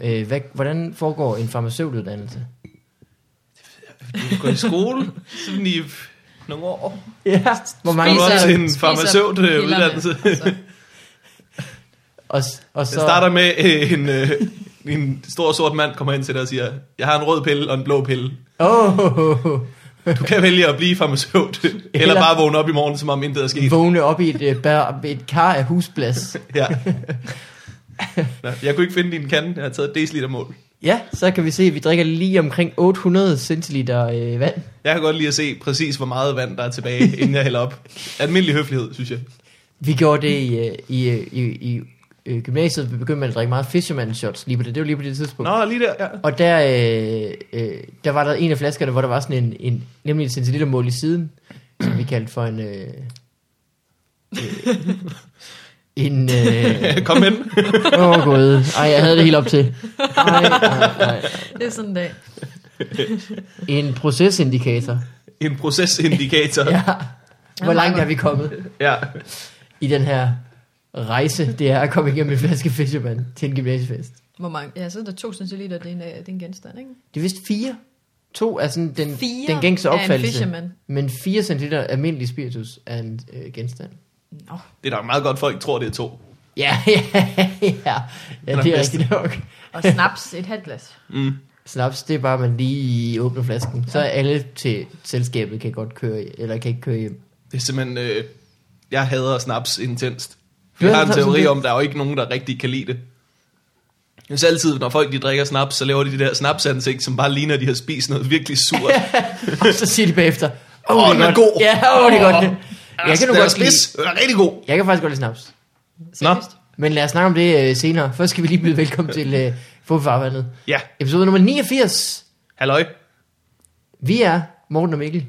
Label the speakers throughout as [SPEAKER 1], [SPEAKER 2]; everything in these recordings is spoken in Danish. [SPEAKER 1] øh, hvad, hvordan foregår en farmaceutuddannelse?
[SPEAKER 2] Du går i skole, sådan i nogle år.
[SPEAKER 1] Ja, hvor
[SPEAKER 2] Kommer
[SPEAKER 1] mange,
[SPEAKER 2] du op
[SPEAKER 3] Spiser-
[SPEAKER 2] til en øh,
[SPEAKER 3] spiser
[SPEAKER 2] farmaceutuddannelse.
[SPEAKER 3] pillerne, altså.
[SPEAKER 1] og, s- og
[SPEAKER 2] Jeg
[SPEAKER 1] så,
[SPEAKER 2] starter med øh, en, øh, en stor sort mand kommer hen til dig og siger, jeg har en rød pille og en blå pille.
[SPEAKER 1] åh,
[SPEAKER 2] Du kan vælge at blive farmaceut, eller,
[SPEAKER 1] Eller-
[SPEAKER 2] eller bare vågne op i morgen, som om intet er sket.
[SPEAKER 1] vågne op i et, øh, bær- et kar af husplads.
[SPEAKER 2] Ja. Nå, jeg kunne ikke finde din kande, jeg har taget et deciliter mål.
[SPEAKER 1] Ja, så kan vi se, at vi drikker lige omkring 800 centiliter øh, vand.
[SPEAKER 2] Jeg kan godt lide at se præcis, hvor meget vand der er tilbage, inden jeg hælder op. Almindelig høflighed, synes jeg.
[SPEAKER 1] Vi gjorde det i, øh, i, øh, i, i øh, gymnasiet, vi begyndte med at drikke meget fisherman shots lige på det. Det var lige på det tidspunkt.
[SPEAKER 2] Nå, lige der, ja.
[SPEAKER 1] Og der, øh, øh, der var der en af flaskerne, hvor der var sådan en, en nemlig et centiliter mål i siden, som vi kaldte for en... Øh, øh, en... Øh,
[SPEAKER 2] Kom hen.
[SPEAKER 1] åh oh, gud, ej, jeg havde det helt op til. Ej, ej, ej.
[SPEAKER 3] Det er sådan en dag.
[SPEAKER 1] En procesindikator.
[SPEAKER 2] En procesindikator.
[SPEAKER 1] Ja. Hvor
[SPEAKER 3] meget
[SPEAKER 1] langt er
[SPEAKER 3] godt.
[SPEAKER 1] vi kommet
[SPEAKER 2] Ja.
[SPEAKER 1] i den her rejse, det er at komme igennem en flaske Fisherman til en gymnasiefest?
[SPEAKER 3] Hvor mange? Ja, så er der to centiliter, det er en, øh, det er en genstand, ikke?
[SPEAKER 1] Det er vist fire. To er sådan den,
[SPEAKER 3] Fire
[SPEAKER 1] den gængse
[SPEAKER 3] er en
[SPEAKER 1] opfattelse.
[SPEAKER 3] fisherman.
[SPEAKER 1] men 4 cm almindelig spiritus er en øh, genstand.
[SPEAKER 3] Nå.
[SPEAKER 2] Det er da meget godt, folk tror, det er to.
[SPEAKER 1] Ja, ja, ja. ja
[SPEAKER 2] er
[SPEAKER 1] det er
[SPEAKER 2] bedst.
[SPEAKER 1] rigtigt nok.
[SPEAKER 3] Og snaps, et halvt glas.
[SPEAKER 2] Mm.
[SPEAKER 1] Snaps, det er bare, at man lige åbner flasken. Så er alle til selskabet kan godt køre, eller kan ikke køre hjem.
[SPEAKER 2] Det er simpelthen... Øh, jeg hader snaps intenst.
[SPEAKER 1] Du
[SPEAKER 2] Jeg har en
[SPEAKER 1] hader snaps
[SPEAKER 2] teori
[SPEAKER 1] intenst?
[SPEAKER 2] om, der er jo ikke nogen, der rigtig kan lide det. Jeg synes altid, når folk de drikker snaps, så laver de de der snapsansigt, som bare ligner, at de har spist noget virkelig surt.
[SPEAKER 1] Og så siger de bagefter, åh,
[SPEAKER 2] Åh,
[SPEAKER 1] oh,
[SPEAKER 2] den
[SPEAKER 1] det
[SPEAKER 2] er
[SPEAKER 1] er godt.
[SPEAKER 2] god.
[SPEAKER 1] Ja, åh, oh, det er godt. Jeg kan, nu
[SPEAKER 2] lide...
[SPEAKER 1] godt lide,
[SPEAKER 2] Den Altså, er rigtig god.
[SPEAKER 1] jeg kan faktisk godt lide snaps.
[SPEAKER 3] Seriøst?
[SPEAKER 1] Men lad os snakke om det øh, senere. Først skal vi lige byde velkommen til øh, Fodfarvandet.
[SPEAKER 2] Ja,
[SPEAKER 1] Episode nummer 89.
[SPEAKER 2] halløj.
[SPEAKER 1] Vi er Morten og Mikkel.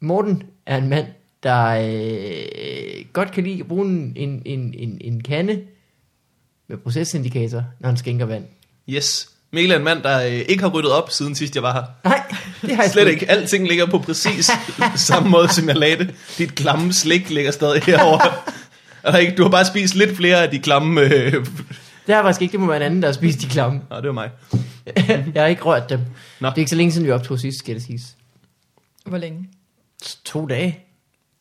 [SPEAKER 1] Morten er en mand, der øh, godt kan lide at bruge en, en, en, en, en kande med procesindikator, når han skænker vand.
[SPEAKER 2] Yes. Mikkel er en mand, der øh, ikke har ryddet op, siden sidst jeg var her.
[SPEAKER 1] Nej, det har jeg
[SPEAKER 2] Slet ikke. Alting ligger på præcis samme måde, som jeg lagde det. Dit klamme slik ligger stadig herovre. Er der ikke? Du har bare spist lidt flere af de klamme... Øh...
[SPEAKER 1] Det har jeg faktisk ikke. Det må være en anden, der har spist de klamme.
[SPEAKER 2] Nå, det var mig.
[SPEAKER 1] jeg har ikke rørt dem. Nå.
[SPEAKER 2] Nå.
[SPEAKER 1] Det er ikke så længe siden, vi optog sidst, skal det siges.
[SPEAKER 3] Hvor længe?
[SPEAKER 1] To dage.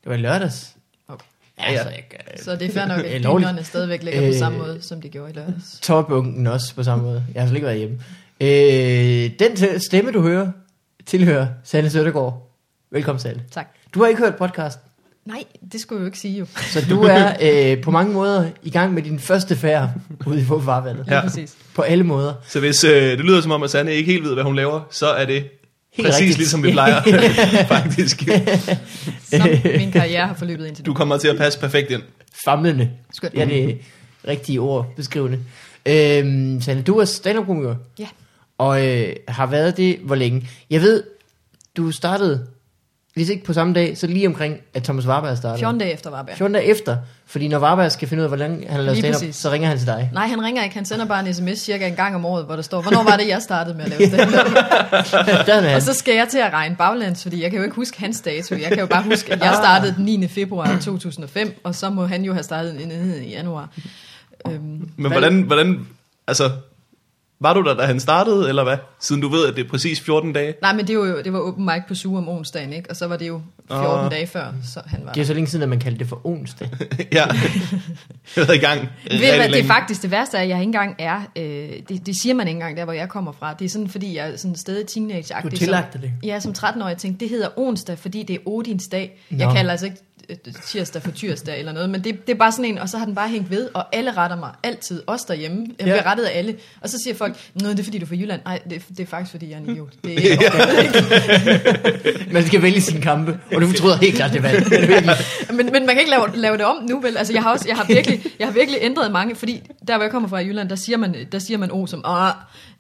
[SPEAKER 1] Det var i lørdags.
[SPEAKER 3] Okay.
[SPEAKER 1] Ja, ja. Altså, jeg, øh,
[SPEAKER 3] Så det er fair nok,
[SPEAKER 1] Øh,
[SPEAKER 3] at
[SPEAKER 1] lovligt.
[SPEAKER 3] dynerne stadigvæk ligger på
[SPEAKER 1] Øh.
[SPEAKER 3] samme måde, som de gjorde i lørdags.
[SPEAKER 1] Torbunken også på samme måde. Jeg har slet ikke været hjemme. Øh, den t- stemme, du hører, tilhører Sanne Søndergaard. Velkommen, Sanne.
[SPEAKER 3] Tak.
[SPEAKER 1] Du har ikke hørt podcast,
[SPEAKER 3] Nej, det skulle jeg jo ikke sige jo.
[SPEAKER 1] så du er øh, på mange måder i gang med din første færd ude i farvandet.
[SPEAKER 3] Lige
[SPEAKER 2] Ja.
[SPEAKER 3] ja. præcis.
[SPEAKER 1] På alle måder.
[SPEAKER 2] Så hvis øh, det lyder som om, at Sanne ikke helt ved, hvad hun laver, så er det
[SPEAKER 1] Helt
[SPEAKER 2] Helt præcis
[SPEAKER 1] rigtigt.
[SPEAKER 2] rigtigt. ligesom vi plejer, faktisk.
[SPEAKER 3] Som min karriere har forløbet indtil nu.
[SPEAKER 2] Du kommer til at passe perfekt ind.
[SPEAKER 1] Famlende.
[SPEAKER 3] Skønt.
[SPEAKER 1] Ja, det er rigtige ord beskrivende. Øhm, Sanne, du er stand-up-komiker.
[SPEAKER 3] Ja.
[SPEAKER 1] Og øh, har været det hvor længe? Jeg ved, du startede, hvis ikke på samme dag, så lige omkring, at Thomas Warberg startede.
[SPEAKER 3] 14 dage efter Varberg.
[SPEAKER 1] 14 dage efter. Fordi når Warberg skal finde ud af, hvor længe han har lavet
[SPEAKER 3] Lige
[SPEAKER 1] stand-up,
[SPEAKER 3] præcis.
[SPEAKER 1] så ringer han til dig.
[SPEAKER 3] Nej, han ringer ikke. Han sender bare en sms cirka en gang om året, hvor der står, hvornår var det, jeg startede med at lave stand
[SPEAKER 1] Der er han.
[SPEAKER 3] Og så skal jeg til at regne baglands, fordi jeg kan jo ikke huske hans dato. Jeg kan jo bare huske, at jeg startede den 9. februar 2005, og så må han jo have startet den 9. i januar. Øhm,
[SPEAKER 2] Men hvordan, hvordan, altså, var du der, da han startede, eller hvad? Siden du ved, at det er præcis 14 dage.
[SPEAKER 3] Nej, men det var jo det var open mic på Zoom om onsdagen, ikke? Og så var det jo 14
[SPEAKER 2] Åh.
[SPEAKER 3] dage før, så han var
[SPEAKER 1] Det er jo så længe siden, at man kaldte det for onsdag.
[SPEAKER 2] ja, jeg har været i gang.
[SPEAKER 3] Ved
[SPEAKER 2] rigtig
[SPEAKER 3] du hvad, det er
[SPEAKER 2] længe.
[SPEAKER 3] faktisk det værste, er, at jeg ikke engang er, øh, det, det siger man ikke engang der, hvor jeg kommer fra. Det er sådan, fordi jeg er sådan stadig teenage
[SPEAKER 1] Du tillagte det.
[SPEAKER 3] Ja, som 13-årig tænkte, det hedder onsdag, fordi det er Odins dag.
[SPEAKER 1] Nå.
[SPEAKER 3] Jeg kalder altså ikke øh, tirsdag for tirsdag eller noget, men det, det er bare sådan en, og så har den bare hængt ved, og alle retter mig altid, også derhjemme. Jeg
[SPEAKER 1] Ja.
[SPEAKER 3] bliver rettet af alle, og så siger folk, nå, det er fordi, du er fra Jylland. Nej, det, det er faktisk, fordi jeg er en idiot. Det er ikke
[SPEAKER 1] Man skal vælge sine kampe, og du fortryder helt klart det valg. Det er virkelig-
[SPEAKER 3] men, men man kan ikke lave, lave det om nu, vel? Altså, jeg har, også, jeg, har virkelig, jeg har virkelig ændret mange, fordi der, hvor jeg kommer fra i Jylland, der siger man, der siger man O som Åh,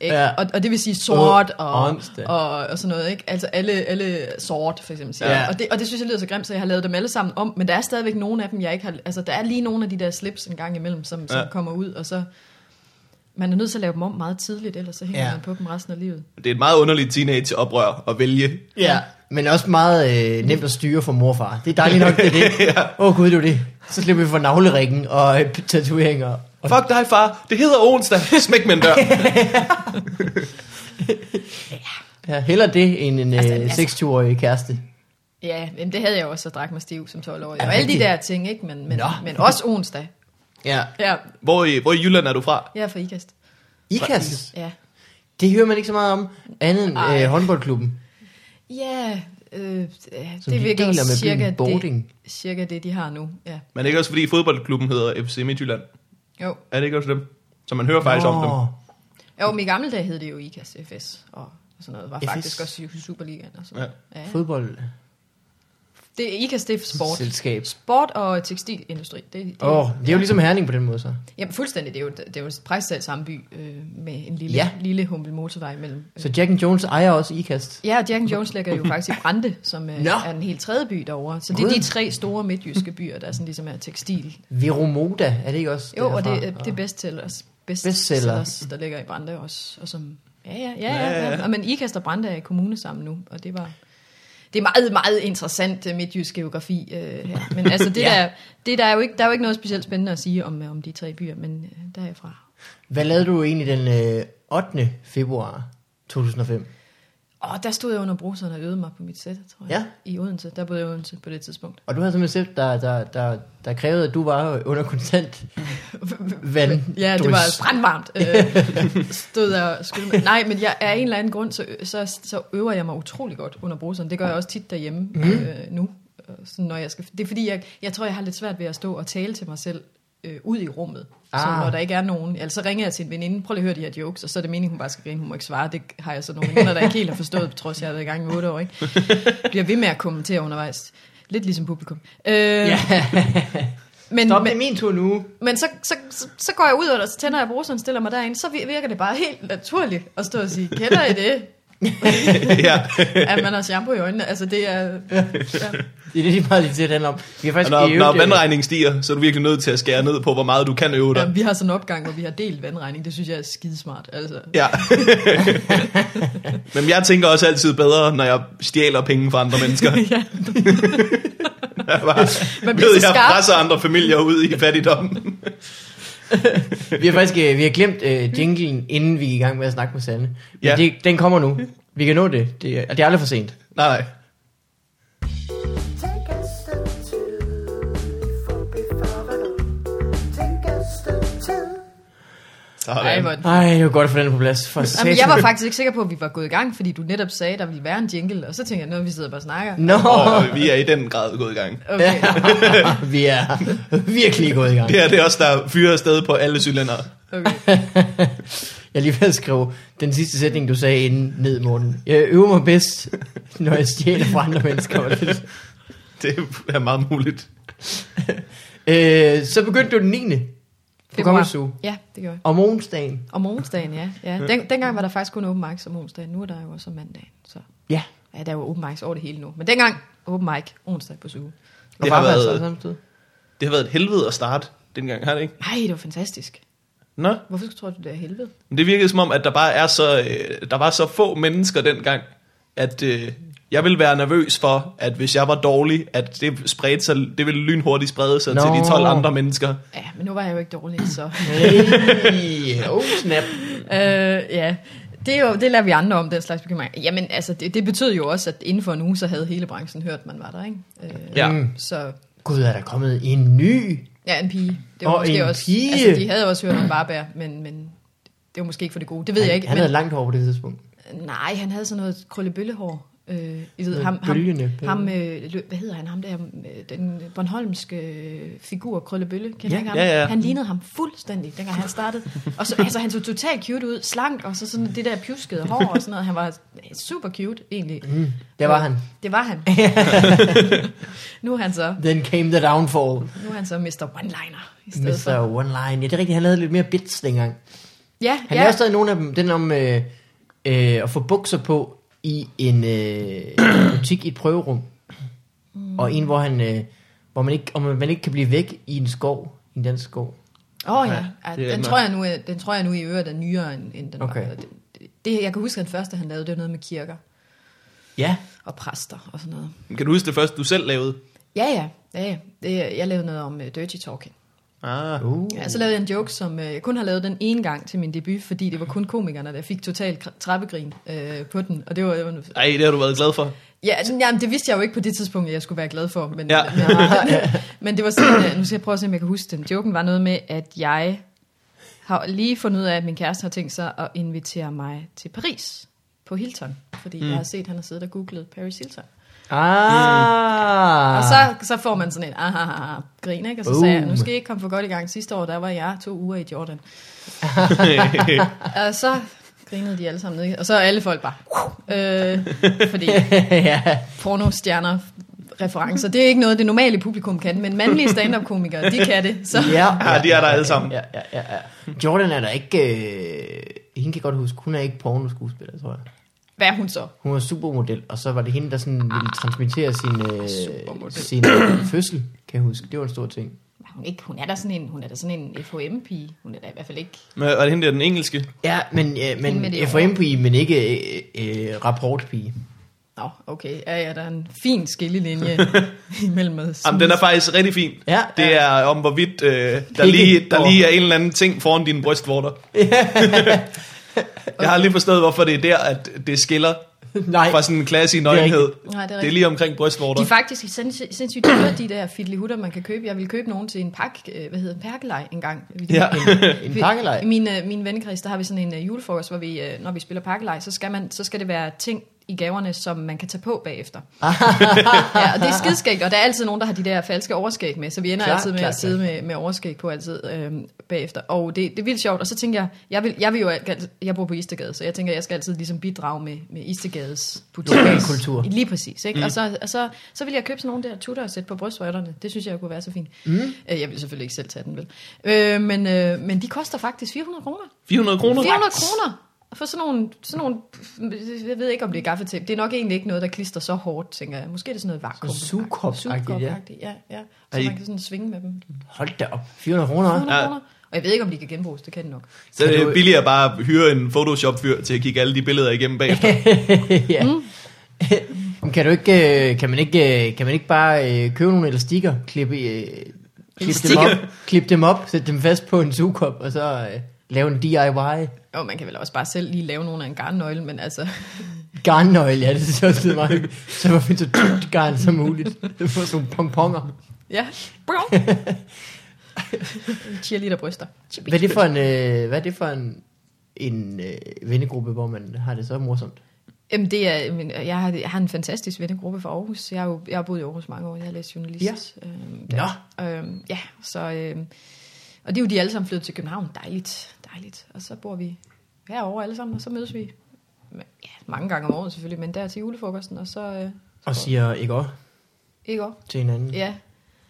[SPEAKER 3] ikke?
[SPEAKER 1] Ja.
[SPEAKER 3] Ja. Og, og, det vil sige sort
[SPEAKER 1] Åh,
[SPEAKER 3] og,
[SPEAKER 1] onsdag.
[SPEAKER 3] og, og, sådan noget, ikke? Altså alle, alle sort, for eksempel. Siger.
[SPEAKER 1] Ja.
[SPEAKER 3] jeg. Og, det, og det synes jeg lyder så grimt, så jeg har lavet dem alle sammen om, men der er stadigvæk nogle af dem, jeg ikke har... Altså, der er lige nogle af de der slips en gang imellem, som, som
[SPEAKER 2] Ja.
[SPEAKER 3] kommer ud, og så... Man er nødt til at lave dem om meget tidligt, ellers så hænger
[SPEAKER 1] Ja.
[SPEAKER 3] ja. man på dem resten af livet.
[SPEAKER 2] Det er et meget underligt teenage-oprør at vælge.
[SPEAKER 1] Ja, men også meget øh, nemt at styre for morfar. Det er dejligt nok, det er det. Åh ja. oh, gud, det er det. Så slipper vi for navleringen og øh, tatoveringer
[SPEAKER 2] Fuck dig, far. Det hedder onsdag. Smæk med en dør.
[SPEAKER 1] Ja, heller det end en
[SPEAKER 3] Altså,
[SPEAKER 1] altså,
[SPEAKER 3] altså-
[SPEAKER 1] 26-årig kæreste.
[SPEAKER 3] Ja, men det havde jeg også, og drak mig stiv som 12-årig.
[SPEAKER 1] Er
[SPEAKER 3] Og
[SPEAKER 1] det
[SPEAKER 3] alle de
[SPEAKER 1] rigtigt?
[SPEAKER 3] der ting, ikke? Men, men,
[SPEAKER 1] Nå.
[SPEAKER 3] men også onsdag.
[SPEAKER 1] Ja.
[SPEAKER 3] Ja,
[SPEAKER 2] Hvor i, hvor i Jylland er du fra?
[SPEAKER 3] jeg er fra Ikast.
[SPEAKER 1] Ikast,
[SPEAKER 3] Ja,
[SPEAKER 1] det hører man ikke så meget om, andet end
[SPEAKER 3] Ej.
[SPEAKER 1] øh, håndboldklubben,
[SPEAKER 3] ja øh, ja,
[SPEAKER 1] som
[SPEAKER 3] det
[SPEAKER 1] de deler
[SPEAKER 3] virker
[SPEAKER 1] med
[SPEAKER 3] cirka
[SPEAKER 1] byen
[SPEAKER 3] det,
[SPEAKER 1] Boarding.
[SPEAKER 3] cirka det, de har nu. Ja.
[SPEAKER 2] Men er det ikke også fordi fodboldklubben hedder FC Midtjylland?
[SPEAKER 3] Jo.
[SPEAKER 2] Er det ikke også dem? Så man hører faktisk om dem.
[SPEAKER 1] Nå.
[SPEAKER 3] jo, men i gamle dage hed det jo Ikast FS og sådan noget. var
[SPEAKER 1] FS.
[SPEAKER 3] faktisk også i Superligaen og sådan noget. Ja. Ja.
[SPEAKER 1] Fodbold.
[SPEAKER 3] Det er Ikast, det er sport.
[SPEAKER 1] Selskab.
[SPEAKER 3] Sport og tekstilindustri. Det, det,
[SPEAKER 1] Åh, oh, det er jo ligesom Herning på den måde så.
[SPEAKER 3] Jamen fuldstændig, det er jo, det er jo præcis selv samme by øh, med en lille,
[SPEAKER 1] Ja.
[SPEAKER 3] ja. lille humpel motorvej imellem.
[SPEAKER 1] Så Jack and Jones ejer også Ikast.
[SPEAKER 3] Ja, og Jack and Jones ligger jo faktisk i Brande, som øh,
[SPEAKER 1] Nå.
[SPEAKER 3] er den helt tredje by derovre. Så det er
[SPEAKER 1] Gud.
[SPEAKER 3] de tre store midtjyske byer, der sådan ligesom er tekstil.
[SPEAKER 1] Veromoda, er det ikke også
[SPEAKER 3] Jo, og det,
[SPEAKER 1] derfra?
[SPEAKER 3] øh, det er bestsellers,
[SPEAKER 1] Bestsellers.
[SPEAKER 3] bestsellers, der ligger i Brande også. Og som, ja, ja, ja, ja,
[SPEAKER 2] Ja, ja,
[SPEAKER 3] ja,
[SPEAKER 2] ja.
[SPEAKER 3] Og, men Ikast og Brande er i kommune sammen nu, og det var... Det er meget, meget interessant øh, midtjysk geografi øh, her. Men altså, det
[SPEAKER 1] Ja.
[SPEAKER 3] ja. der, det der, er jo ikke, der er jo ikke noget specielt spændende at sige om, øh, om de tre byer, men øh, der er jeg fra.
[SPEAKER 1] Hvad lavede du egentlig den øh, 8. februar 2005?
[SPEAKER 3] Og der stod jeg under bruseren og øvede mig på mit sæt, tror jeg. Ja. I Odense. Der boede jeg i Odense på det tidspunkt.
[SPEAKER 1] Og du havde simpelthen set, der, der, der, der krævede, at du var under konstant vand.
[SPEAKER 3] Ja, det
[SPEAKER 1] drys.
[SPEAKER 3] var altså- brandvarmt. Øh, stod jeg og skyldte mig. Nej, men jeg, af en eller anden grund, så, så, så øver jeg mig utrolig godt under bruseren. Det gør jeg også tit derhjemme mm. øh, nu. Øh, Sådan, når jeg skal, det er fordi, jeg, jeg tror, jeg har lidt svært ved at stå og tale til mig selv øh, ud i rummet. Ah. Så
[SPEAKER 1] Ah.
[SPEAKER 3] når der ikke er nogen. Eller så ringer jeg til en veninde, prøv lige at høre de her jokes, og så er det meningen, hun bare skal grine, hun må ikke svare. Det har jeg så nogle veninder, der ikke helt har forstået, på trods af, at jeg har været i gang i otte år. Ikke? Bliver ved med at kommentere undervejs. Lidt ligesom publikum. Øh, ja. men,
[SPEAKER 1] Stop,
[SPEAKER 3] men,
[SPEAKER 1] det er min tur nu.
[SPEAKER 3] men så, så, så, så går jeg ud, og så tænder jeg bruseren, stiller mig derind, så vir- virker det bare helt naturligt at stå og sige, kender I det?
[SPEAKER 2] ja.
[SPEAKER 3] At man har shampoo i øjnene. Altså det er... Ja.
[SPEAKER 1] Det er det, de meget lige til at handle om. Vi har
[SPEAKER 2] Og
[SPEAKER 1] faktisk
[SPEAKER 2] når,
[SPEAKER 1] øvet,
[SPEAKER 2] når
[SPEAKER 1] øh,
[SPEAKER 2] vandregningen stiger, så er du virkelig nødt til at skære ned på, hvor meget du kan øve
[SPEAKER 3] Ja,
[SPEAKER 2] dig.
[SPEAKER 3] vi har sådan en opgang, hvor vi har delt vandregning. Det synes jeg er skidesmart. Altså,
[SPEAKER 2] Ja. Men jeg tænker også altid bedre, når jeg stjæler penge fra andre mennesker.
[SPEAKER 3] Ja.
[SPEAKER 2] Jeg bare,
[SPEAKER 3] man bliver
[SPEAKER 2] ved,
[SPEAKER 3] så
[SPEAKER 2] jeg
[SPEAKER 3] skarp.
[SPEAKER 2] presser andre familier ud i fattigdom.
[SPEAKER 1] Vi har faktisk øh, vi har glemt øh, jinglen, inden vi gik i gang med at snakke med Sande. Men
[SPEAKER 2] Ja.
[SPEAKER 1] ja. det, den kommer nu. Vi kan nå det. Det, er- det er aldrig for sent.
[SPEAKER 2] Nej, nej.
[SPEAKER 4] Take a step two, for before it all. Take a step two.
[SPEAKER 3] Ej,
[SPEAKER 2] Sådan.
[SPEAKER 3] hvor...
[SPEAKER 1] Ej, det var godt at få den på plads. For
[SPEAKER 3] Jamen,
[SPEAKER 1] satan.
[SPEAKER 3] jeg var faktisk ikke sikker på, at vi var gået i gang, fordi du netop sagde, at der ville være en jingle, og så tænkte jeg, noget vi sidder bare og snakker.
[SPEAKER 1] Nå,
[SPEAKER 2] Og vi er i den grad gået i gang.
[SPEAKER 3] Okay.
[SPEAKER 1] vi er virkelig gået i gang.
[SPEAKER 2] Det her det er også der fyrer afsted på alle cylindere.
[SPEAKER 3] okay.
[SPEAKER 1] Jeg er lige ved at skrive den sidste sætning, du sagde inden ned, Morten. Jeg øver mig bedst, når jeg stjæler fra andre mennesker. Var det.
[SPEAKER 2] Det er meget muligt.
[SPEAKER 1] Øh, så begyndte du den 9. på
[SPEAKER 3] Februar.
[SPEAKER 1] Comedy Zoo.
[SPEAKER 3] Ja, det gjorde jeg.
[SPEAKER 1] Om onsdagen.
[SPEAKER 3] Om onsdagen, ja. ja. Den, dengang var der faktisk kun open mics om onsdagen. Nu er der jo også om mandagen. Så.
[SPEAKER 1] Ja.
[SPEAKER 3] Ja, der er jo open mics over det hele nu. Men dengang, open mic, onsdag på suge.
[SPEAKER 2] Det
[SPEAKER 1] Og altså det
[SPEAKER 2] har
[SPEAKER 1] har
[SPEAKER 2] været-
[SPEAKER 1] været... samtidig.
[SPEAKER 2] Det har været et helvede at starte dengang, har det ikke?
[SPEAKER 3] Nej, det var fantastisk.
[SPEAKER 2] Nå,
[SPEAKER 3] Hvorfor tror du, det er helvede?
[SPEAKER 2] men det virkede som om, at der bare er så, øh, der var så få mennesker dengang, at øh, jeg ville være nervøs for, at hvis jeg var dårlig, at det, spredte sig, det ville lynhurtigt sprede sig Nå.
[SPEAKER 1] Nå.
[SPEAKER 2] til de 12 andre mennesker.
[SPEAKER 3] Ja, men nu var jeg jo ikke dårlig, så...
[SPEAKER 1] Hey, oh snap.
[SPEAKER 3] øh, ja, det, er jo, det lader vi andre om, den slags bekymring. Jamen, altså, det, det betød jo også, at inden for en uge, så havde hele branchen hørt, man var der, ikke? Øh,
[SPEAKER 2] Ja.
[SPEAKER 1] Mm.
[SPEAKER 3] Så,
[SPEAKER 1] Gud, er der kommet en ny?
[SPEAKER 3] ja, en pige. Det var
[SPEAKER 1] Og
[SPEAKER 3] måske
[SPEAKER 1] en
[SPEAKER 3] også,
[SPEAKER 1] pige!
[SPEAKER 3] Altså, de havde også hørt om Barbær, men, men det var måske ikke for det gode. Det ved jeg ikke.
[SPEAKER 1] Han
[SPEAKER 3] men,
[SPEAKER 1] havde langt over på det tidspunkt.
[SPEAKER 3] Nej, han havde sådan noget krøllebøllehår. Øh, I ved,
[SPEAKER 1] Noget
[SPEAKER 3] ham, ham,
[SPEAKER 1] bølgende
[SPEAKER 3] ham øh, lø- hvad hedder han, ham der, øh, den bornholmske øh, figur, Krøllebølle, kender
[SPEAKER 1] Ja,
[SPEAKER 3] ja, ikke ham?
[SPEAKER 2] ja, ja.
[SPEAKER 3] Han lignede ham fuldstændig, dengang han startede. Og så, altså, han så totalt cute ud, slank, og så sådan det der pjuskede hår og sådan noget. Han var super cute, egentlig. Mm,
[SPEAKER 1] Der var han.
[SPEAKER 3] Det var han. nu er han så,
[SPEAKER 1] Then came the downfall.
[SPEAKER 3] nu er han så Mr. One-Liner i stedet
[SPEAKER 1] Mr.
[SPEAKER 3] for.
[SPEAKER 1] One Line. Ja, det er rigtigt. Han havde lidt mere bits dengang.
[SPEAKER 3] Ja,
[SPEAKER 1] Han ja.
[SPEAKER 3] ja.
[SPEAKER 1] lavede stadig nogle af dem. Den om øh, øh, at få bukser på i en øh, butik i et prøverum. Mm. Og en, hvor, han, øh, hvor man, ikke, om man ikke kan blive væk i en skov. I en dansk skov.
[SPEAKER 3] Åh oh,
[SPEAKER 2] Ja,
[SPEAKER 3] ja, ja
[SPEAKER 2] det er
[SPEAKER 3] den,
[SPEAKER 2] nok.
[SPEAKER 3] tror jeg nu, er- den tror jeg nu i øvrigt er nyere end, end den
[SPEAKER 1] Okay.
[SPEAKER 3] var. Det, det, jeg kan huske, at den første, han lavede, det var noget med kirker
[SPEAKER 1] Ja.
[SPEAKER 3] og præster og sådan noget.
[SPEAKER 2] Kan du huske det første, du selv lavede?
[SPEAKER 3] Ja, ja. ja, ja. Det, jeg lavede noget om uh, øh, dirty talking.
[SPEAKER 2] Ah.
[SPEAKER 1] Uh.
[SPEAKER 3] Ja, så lavede jeg en joke, som øh, jeg kun har lavet den ene gang til min debut, fordi det var kun komikerne, der fik totalt kr- trappegrin øh, på den. Og det var, det var
[SPEAKER 2] Ej, det har du været glad for.
[SPEAKER 3] Ja, den- jamen, det vidste jeg jo ikke på det tidspunkt, at jeg skulle være glad for. Men,
[SPEAKER 2] Ja.
[SPEAKER 3] ja. men, men det var sådan, at, nu skal jeg prøve at se, om jeg kan huske den. Joken var noget med, at jeg har lige fundet ud af, at min kæreste har tænkt sig at invitere mig til Paris på Hilton. Fordi mm. jeg har set, at han har siddet og googlet Paris Hilton.
[SPEAKER 1] Ah.
[SPEAKER 3] Og så, så får man sådan et ah, ah, ah, grin, ikke? Og så
[SPEAKER 1] Boom.
[SPEAKER 3] sagde jeg, nu skal I ikke komme for godt i gang. Sidste år, der var jeg to uger i Jordan. Og så grinede de alle sammen ned. Og så er alle folk bare, "Wow!" øh, fordi
[SPEAKER 1] ja.
[SPEAKER 3] pornostjerner referencer. Det er ikke noget, det normale publikum kan, men mandlige stand-up-komikere, de kan det. Så.
[SPEAKER 1] Ja,
[SPEAKER 2] Ja, de er der alle sammen.
[SPEAKER 1] Ja, ja, ja, ja. Jordan er der ikke... Øh, hende kan jeg godt huske. Hun er ikke pornoskuespiller, tror jeg.
[SPEAKER 3] Hvad er hun så?
[SPEAKER 1] Hun var supermodel, og så var det hende, der sådan ville transmittere sin, øh,
[SPEAKER 3] Ah. Supermodel.
[SPEAKER 1] sin fødsel, kan jeg huske. Det var en stor ting.
[SPEAKER 3] Hvad er Hun, ikke, hun er da sådan en, hun er da sådan en FHM-pige. Hun er da i hvert fald ikke.
[SPEAKER 2] Men er det hende der, den engelske?
[SPEAKER 1] Ja, men, øh,
[SPEAKER 3] Hende med
[SPEAKER 1] men
[SPEAKER 3] det
[SPEAKER 1] FOM-pige, men ikke øh, øh, rapportpige.
[SPEAKER 3] Nå, okay. Ja, ja, der er en fin skillelinje imellem os.
[SPEAKER 2] Jamen, den er faktisk rigtig fin.
[SPEAKER 1] Ja.
[SPEAKER 2] Det er om, hvorvidt øh, der,
[SPEAKER 1] Ikke
[SPEAKER 2] lige, der
[SPEAKER 1] går.
[SPEAKER 2] lige er en eller anden ting foran dine brystvorter. Jeg har lige forstået, hvorfor det er der, at det skiller
[SPEAKER 1] Nej.
[SPEAKER 2] fra sådan en klasse i
[SPEAKER 1] er rigtigt.
[SPEAKER 2] nøgenhed.
[SPEAKER 3] Nej, det er
[SPEAKER 2] Det er
[SPEAKER 3] rigtigt.
[SPEAKER 2] lige omkring
[SPEAKER 3] De
[SPEAKER 2] brystvorter.
[SPEAKER 3] er faktisk sindssygt, sindssygt dyre, de der fidlihutter, man kan købe. Jeg ville købe nogen til en pakke, øh, hvad hedder en perkelej engang.
[SPEAKER 2] Ja.
[SPEAKER 1] En pakkelej?
[SPEAKER 3] I min, øh, min vennekreds, der har vi sådan en øh, julefrokost, hvor vi, øh, når vi spiller pakkelej, så skal, man, så skal det være ting i gaverne, som man kan tage på bagefter. ja, og det er skidskægt, og der er altid nogen, der har de der falske overskæg med, så vi ender
[SPEAKER 1] Klart,
[SPEAKER 3] altid med
[SPEAKER 1] klart,
[SPEAKER 3] at sidde med, med overskæg på altid øh, bagefter. Og det, det er vildt sjovt, og så tænker jeg, jeg vil, jeg vil jo alt- jeg bor på Istegade, så jeg tænker, jeg skal altid ligesom bidrage med, med Istegades butik.
[SPEAKER 1] Lokalkultur.
[SPEAKER 3] Lige præcis, ikke? Mm. Og, så, og så, så ville jeg købe sådan nogle der tutter og sætte på brystvorterne. Det synes jeg kunne være så fint. Mm. Øh, jeg vil selvfølgelig ikke selv tage den, vel? Øh, men, øh, men de koster faktisk 400 kroner.
[SPEAKER 2] 400 kroner?
[SPEAKER 3] 400 kroner for sådan nogle, sådan nogle, jeg ved ikke om det er gaffetape, det er nok egentlig ikke noget, der klister så hårdt, tænker jeg. Måske er det sådan noget vakuum.
[SPEAKER 1] sugekop-agtigt, ja.
[SPEAKER 3] ja. ja.
[SPEAKER 2] Er
[SPEAKER 3] Så
[SPEAKER 2] I-
[SPEAKER 3] man kan sådan svinge med dem.
[SPEAKER 1] Hold da op. 400 kroner.
[SPEAKER 3] 400
[SPEAKER 2] Ja.
[SPEAKER 3] kroner. Og jeg ved ikke, om de kan genbruges, det kan de nok.
[SPEAKER 2] Så er
[SPEAKER 1] Kan du-
[SPEAKER 2] det billigere bare at hyre en Photoshop-fyr til at kigge alle de billeder igennem bagefter.
[SPEAKER 1] ja. Mm. kan, du ikke, øh, kan, man ikke, øh, kan man ikke bare øh, købe nogle elastikker, klippe, øh, klippe, dem
[SPEAKER 3] Elastikker?
[SPEAKER 1] op, klippe dem op, sætte dem fast på en sugekop, og så øh, lave en DIY?
[SPEAKER 3] Og man kan vel også bare selv lige lave nogle af en garnnøgle, men altså,
[SPEAKER 1] Garnnøgle, ja, det synes jeg også det er meget hyggeligt. Så man finder så tykt garn som muligt. Det får sådan nogle pomponger.
[SPEAKER 3] ja. Cheerleader bryster.
[SPEAKER 1] Hvad er det for en, øh, hvad er det for en, en øh, vennegruppe, hvor man har det så morsomt?
[SPEAKER 3] Jamen det er, men øh, jeg har, jeg har en fantastisk vennegruppe fra Aarhus. Jeg har jo jeg har boet i Aarhus mange år. Jeg har læst journalist.
[SPEAKER 1] Ja.
[SPEAKER 3] Øhm,
[SPEAKER 1] Nå.
[SPEAKER 3] øhm, ja, så... Øhm, og det er jo de alle sammen flyttet til København. Dejligt, dejligt. Og så bor vi herovre alle sammen, og så mødes vi ja, mange gange om året selvfølgelig, men der til julefrokosten, og så... Øh,
[SPEAKER 1] Og siger ikke også
[SPEAKER 3] ikke over.
[SPEAKER 1] til hinanden.
[SPEAKER 3] Ja,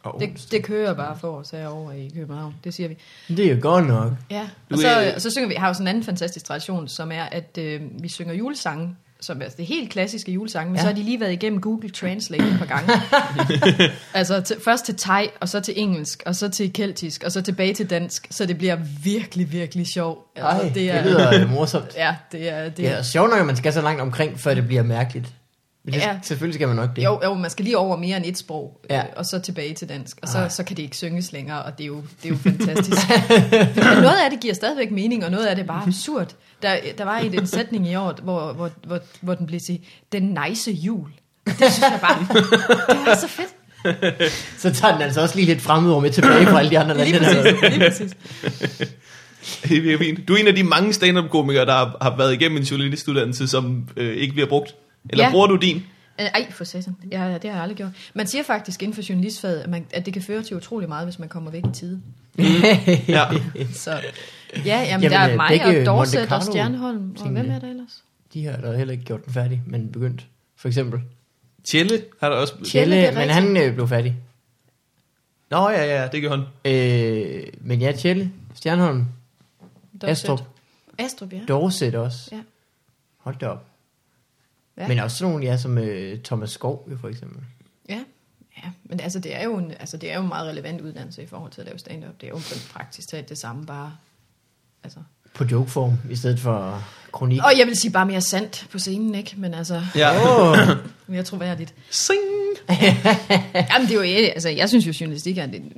[SPEAKER 1] Og,
[SPEAKER 3] det, det kører bare for os herovre i København. Det siger vi.
[SPEAKER 1] det er jo godt nok.
[SPEAKER 3] Ja,
[SPEAKER 2] Du
[SPEAKER 3] og så,
[SPEAKER 2] er-
[SPEAKER 3] og så synger vi, har jo sådan en anden fantastisk tradition, som er, at øh, vi synger julesange, som er altså, det helt klassiske julesange, men
[SPEAKER 1] Ja.
[SPEAKER 3] ja. så har de lige været igennem Google Translate et par gange. altså til, først til thai, og så til engelsk, og så til keltisk, og så tilbage til dansk, så det bliver virkelig, virkelig sjovt.
[SPEAKER 1] Ej,
[SPEAKER 3] Altså,
[SPEAKER 1] det, er... det lyder øh, morsomt.
[SPEAKER 3] Ja, det er... Det
[SPEAKER 1] Det er
[SPEAKER 3] er
[SPEAKER 1] sjovt nok, at man skal så langt omkring, før det bliver mærkeligt. Men det, ja.
[SPEAKER 3] Ja.
[SPEAKER 1] Selvfølgelig skal man nok det.
[SPEAKER 3] jo, jo, man skal lige over mere end et sprog,
[SPEAKER 1] Ja. Ah.
[SPEAKER 3] ja. øh, og så tilbage til dansk, og så,
[SPEAKER 1] Ej.
[SPEAKER 3] så kan det ikke synges længere, og det er jo, det er jo fantastisk. Men noget af det giver stadigvæk mening, og noget af det er bare
[SPEAKER 1] Mhm.
[SPEAKER 3] absurd. Der, der var et, en sætning i år, hvor, hvor, hvor, hvor den blev til, den nice jul. Og Det synes jeg bare, det var så fedt.
[SPEAKER 1] Så tager den altså også lige lidt fremmedord med tilbage fra alle de andre lande.
[SPEAKER 3] Lige
[SPEAKER 1] der har været.
[SPEAKER 3] præcis, lige præcis.
[SPEAKER 2] Det er virkelig fint. Du er en af de mange stand-up-komikere, der har, har været igennem en journalistuddannelse, som øh, ikke bliver brugt. Eller ja.
[SPEAKER 3] Ja.
[SPEAKER 2] bruger du din?
[SPEAKER 3] Øh, Ej, for satan. Ja, ja, det har jeg aldrig gjort. Man siger faktisk inden for journalistfaget, at, man, at det kan føre til utrolig meget, hvis man kommer væk i tide.
[SPEAKER 2] Ja.
[SPEAKER 3] Så, ja, jamen,
[SPEAKER 1] Jamen,
[SPEAKER 3] jamen der
[SPEAKER 1] øh,
[SPEAKER 3] er mig
[SPEAKER 1] begge
[SPEAKER 3] og
[SPEAKER 1] Monte
[SPEAKER 3] Dorset og
[SPEAKER 1] Carlo-
[SPEAKER 3] Stjernholm. Og
[SPEAKER 1] tingene.
[SPEAKER 3] hvem er der ellers?
[SPEAKER 1] De har da heller ikke gjort den færdig, men begyndt. For eksempel.
[SPEAKER 2] Tjelle har der også...
[SPEAKER 3] Tjelle, det er
[SPEAKER 1] men
[SPEAKER 3] rigtigt.
[SPEAKER 1] han øh, blev færdig.
[SPEAKER 2] Nå ja, ja, det gør han.
[SPEAKER 1] Øh, men ja, Tjelle, Stjernholm,
[SPEAKER 3] Dorset.
[SPEAKER 1] Astrup,
[SPEAKER 3] Astrup, ja.
[SPEAKER 1] Dorset også.
[SPEAKER 3] Ja.
[SPEAKER 1] Hold da op. Ja.
[SPEAKER 3] Ja.
[SPEAKER 1] Men også sådan nogle, ja, som øh, Thomas Skov, jo, for eksempel.
[SPEAKER 3] Ja, ja. men altså det, er jo en, altså det er jo en meget relevant uddannelse i forhold til at lave stand-up. Det er jo praktisk talt det samme, bare... Altså.
[SPEAKER 1] På jokeform, i stedet for kronik.
[SPEAKER 3] Og jeg vil sige bare mere sandt på scenen, ikke? Men altså,
[SPEAKER 2] Ja.
[SPEAKER 1] Oh,
[SPEAKER 3] mere troværdigt.
[SPEAKER 2] Sing!
[SPEAKER 3] Jamen det er jo... Altså, jeg synes jo, journalistik er en,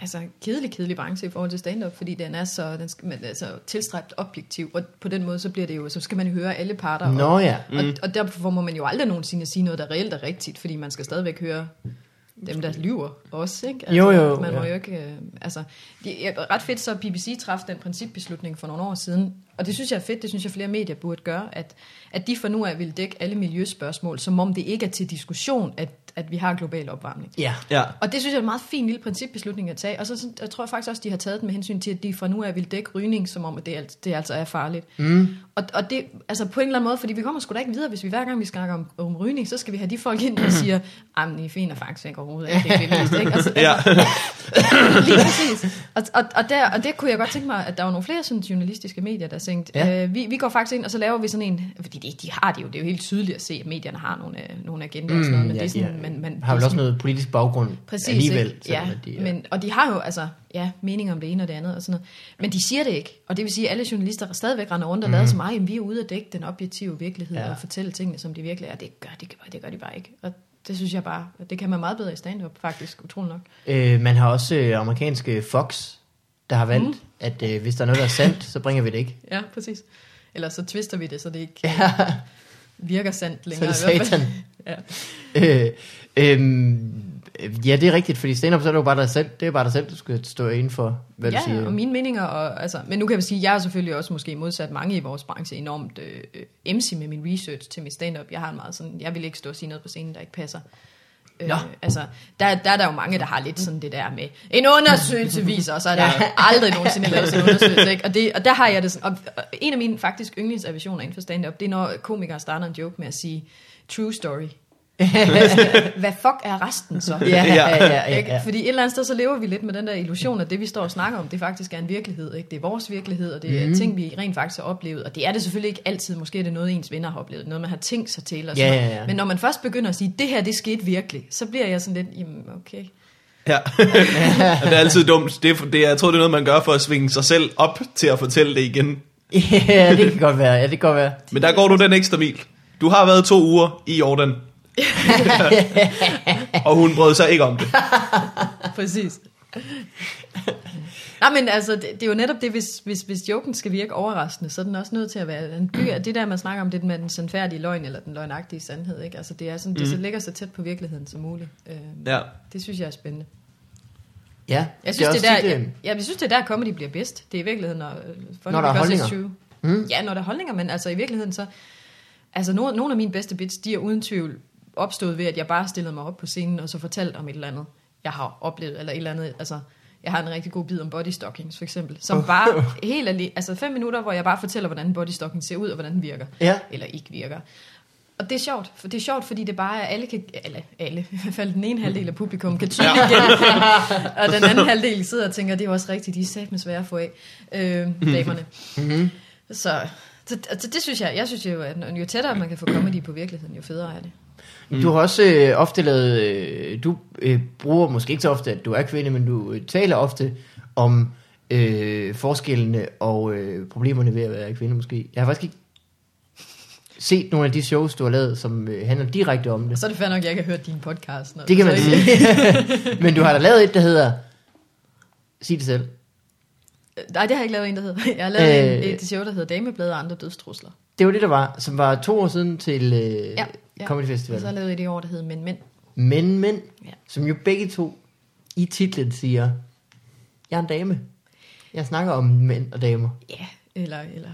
[SPEAKER 3] altså, kedelig, kedelig branche i forhold til stand-up, fordi den er så den skal, man, altså, tilstræbt objektiv, og på den måde så bliver det jo, så skal man høre alle parter. og-
[SPEAKER 1] Nå ja.
[SPEAKER 3] Mm. Og, og derfor må man jo aldrig nogensinde sige noget, der reelt er rigtigt, fordi man skal stadigvæk høre dem, der lyver også, ikke? Altså,
[SPEAKER 1] Jo, jo,
[SPEAKER 3] Man må
[SPEAKER 1] ja.
[SPEAKER 3] jo ikke... Øh, altså, det er ret fedt så, at BBC traf den principbeslutning for nogle år siden, og det synes jeg er fedt, det synes jeg flere medier burde gøre, at, at de for nu af vil dække alle miljøspørgsmål, som om det ikke er til diskussion, at, at vi har global opvarmning.
[SPEAKER 1] Ja.
[SPEAKER 2] Ja.
[SPEAKER 3] Og det synes jeg er en meget fin lille principbeslutning at tage. Og så sådan- jeg tror jeg faktisk også, de har taget den med hensyn til, at de fra nu af vil dække rygning, som om at det, alt, det altså er farligt. Mm. Og, og det, altså på en eller anden måde, fordi vi kommer sgu da ikke videre, hvis vi hver gang vi snakker om, om rygning, så skal vi have de folk ind, der siger, at I finder faktisk ikke overhovedet, at det er det vigtigste," ikke? Altså,
[SPEAKER 2] Ja.
[SPEAKER 3] Lige præcis. Og, og, og, der, og det kunne jeg godt tænke mig, at der var nogle flere sådan journalistiske medier, der tænkte,
[SPEAKER 1] Ja.
[SPEAKER 3] ja. øh, vi, vi går faktisk ind, og så laver vi sådan en, fordi det, de har det jo, det er jo helt tydeligt at se, at medierne har nogle, øh, nogle agendaer og sådan noget, men
[SPEAKER 1] Mm, ja,
[SPEAKER 3] det er sådan,
[SPEAKER 1] de
[SPEAKER 3] man, man,
[SPEAKER 1] Har
[SPEAKER 3] det
[SPEAKER 1] vel
[SPEAKER 3] er
[SPEAKER 1] også noget politisk baggrund
[SPEAKER 3] Præcis,
[SPEAKER 1] alligevel.
[SPEAKER 3] ikke? Ja,
[SPEAKER 1] selvom at de,
[SPEAKER 3] de,
[SPEAKER 1] er-
[SPEAKER 3] men, og de har jo altså, ja, mening om det ene og det andet og sådan noget. Men de siger det ikke. Og det vil sige, at alle journalister stadigvæk render rundt og mm. lader så meget, at vi er ude at dække den objektive virkelighed
[SPEAKER 1] Mhm. Ja.
[SPEAKER 3] ja. og fortælle tingene, som de virkelig er. Det gør, de, det gør de bare ikke. Og det synes jeg bare, det kan man meget bedre i stand-up, faktisk, utrolig nok.
[SPEAKER 1] Øh, man har også øh, amerikanske Fox, der har valgt, mm. at øh, hvis der er noget, der er sandt, så bringer vi det ikke.
[SPEAKER 3] Ja, præcis. Eller så twister vi det, så det ikke ja.
[SPEAKER 1] Ja,
[SPEAKER 3] virker sandt
[SPEAKER 1] så er
[SPEAKER 3] længere.
[SPEAKER 1] det
[SPEAKER 3] i hvert fald.
[SPEAKER 1] satan.
[SPEAKER 3] Ja.
[SPEAKER 1] øh, øhm, øh, ja, det er rigtigt, fordi stand-up, så er det jo bare dig selv, det er bare dig selv, du skal stå inden for, hvad
[SPEAKER 3] ja,
[SPEAKER 1] du siger.
[SPEAKER 3] og mine meninger, og, altså, men nu kan jeg sige, at jeg er selvfølgelig også måske modsat mange i vores branche enormt øh, emsig med min research til mit stand-up. Jeg har en meget sådan, jeg vil ikke stå og sige noget på scenen, der ikke passer. Øh,
[SPEAKER 1] Nå.
[SPEAKER 3] altså, der, der er der jo mange, der har lidt sådan det der med, en undersøgelse viser, og så er der jo aldrig nogensinde lavet sådan en undersøgelse. Ikke? Og, det, og der har jeg det sådan, og, og en af mine faktisk yndlingsaversioner inden for stand-up, det er når komikere starter en joke med at sige, true story. Hvad fuck er resten så?
[SPEAKER 1] ja, ja, ja, ja,
[SPEAKER 3] Ikke?
[SPEAKER 1] ja.
[SPEAKER 3] Fordi et eller andet sted, så lever vi lidt med den der illusion, at det vi står og snakker om, det faktisk er en virkelighed. Ikke? Det er vores virkelighed, og det er
[SPEAKER 1] Mhm.
[SPEAKER 3] mm. ting, vi rent faktisk har oplevet. Og det er det selvfølgelig ikke altid. Måske er det noget, ens venner har oplevet. Noget, man har tænkt sig til. Og sådan
[SPEAKER 1] Ja, ja,
[SPEAKER 3] noget.
[SPEAKER 1] ja.
[SPEAKER 3] Men når man først begynder at sige, det her, det skete virkelig, så bliver jeg sådan lidt, jamen okay.
[SPEAKER 2] Ja. Og det er altid dumt. Det, er- det, er- jeg tror, det er noget, man gør for at svinge sig selv op til at fortælle det igen.
[SPEAKER 1] ja, det kan godt være, ja, det kan godt være.
[SPEAKER 2] Men der går du den ekstra mil. Du har været to uger i Jordan. og hun brød sig ikke om det.
[SPEAKER 3] Præcis. Nej, men altså, det, det er jo netop det, hvis, hvis, hvis joken skal virke overraskende, så er den også nødt til at være en by.
[SPEAKER 1] Mm.
[SPEAKER 3] Det der, man snakker om, det med den sandfærdige løgn, eller den løgnagtige sandhed, ikke? Altså, det er sådan,
[SPEAKER 1] Mm.
[SPEAKER 3] det så ligger så tæt på virkeligheden som muligt. Øhm,
[SPEAKER 2] Ja.
[SPEAKER 3] Det synes jeg er spændende.
[SPEAKER 1] Ja,
[SPEAKER 3] Jeg synes, det er,
[SPEAKER 1] også
[SPEAKER 3] der,
[SPEAKER 1] tit, øh,
[SPEAKER 3] jeg, jeg, jeg synes, det er der, comedy bliver bedst. Det er i virkeligheden, når, øh, for
[SPEAKER 1] Når der er
[SPEAKER 3] Because
[SPEAKER 1] holdninger. Hmm?
[SPEAKER 3] It's True. Ja, når der er holdninger, men altså i virkeligheden så... Altså no, nogle af mine bedste bits, de er uden tvivl opstået ved, at jeg bare stillede mig op på scenen og så fortalte om et eller andet, jeg har oplevet, eller et eller andet, altså... Jeg har en rigtig god bid om body stockings, for eksempel, som bare helt alene, altså fem minutter, hvor jeg bare fortæller, hvordan en body stocking ser ud, og hvordan den virker
[SPEAKER 1] Ja.
[SPEAKER 3] eller ikke virker. Og det er sjovt, for det er sjovt, fordi det bare er, alle kan, alle, alle, i hvert fald den ene halvdel af publikum kan tydeligt ja. og den anden halvdel sidder og tænker, det er jo også rigtigt, de er satme svære at få af, øh, damerne.
[SPEAKER 1] Mhm.
[SPEAKER 3] Så, så, så, det synes jeg, jeg synes jo, at jo tættere man kan få comedy på virkeligheden, jo federe er det.
[SPEAKER 1] Du har også øh, ofte lavet, øh, du øh, bruger måske ikke så ofte, at du er kvinde, men du øh, taler ofte om øh, forskellene og øh, problemerne ved at være kvinde måske. Jeg har faktisk ikke set nogle af de shows, du har lavet, som øh, handler direkte om
[SPEAKER 3] Og
[SPEAKER 1] det.
[SPEAKER 3] så er det fair nok, at jeg ikke har hørt din podcast. Når
[SPEAKER 1] Det kan man
[SPEAKER 3] så,
[SPEAKER 1] sige. men du har da lavet et, der hedder, sig det selv,
[SPEAKER 3] Nej, det har jeg ikke lavet en, der hedder. Jeg har lavet
[SPEAKER 1] Øh.
[SPEAKER 3] øh, en, et show, der hedder Dameblade og andre dødstrusler.
[SPEAKER 1] det var det, der var, som var to år siden til øh, ja, ja. Comedy
[SPEAKER 3] Og så har
[SPEAKER 1] Festival.
[SPEAKER 3] jeg lavet et i år, der hedder Mænd Mænd.
[SPEAKER 1] Men, men, ja.
[SPEAKER 3] Ja.
[SPEAKER 1] som jo begge to i titlen siger, jeg er en dame. Jeg snakker om mænd og damer.
[SPEAKER 3] Ja, eller... eller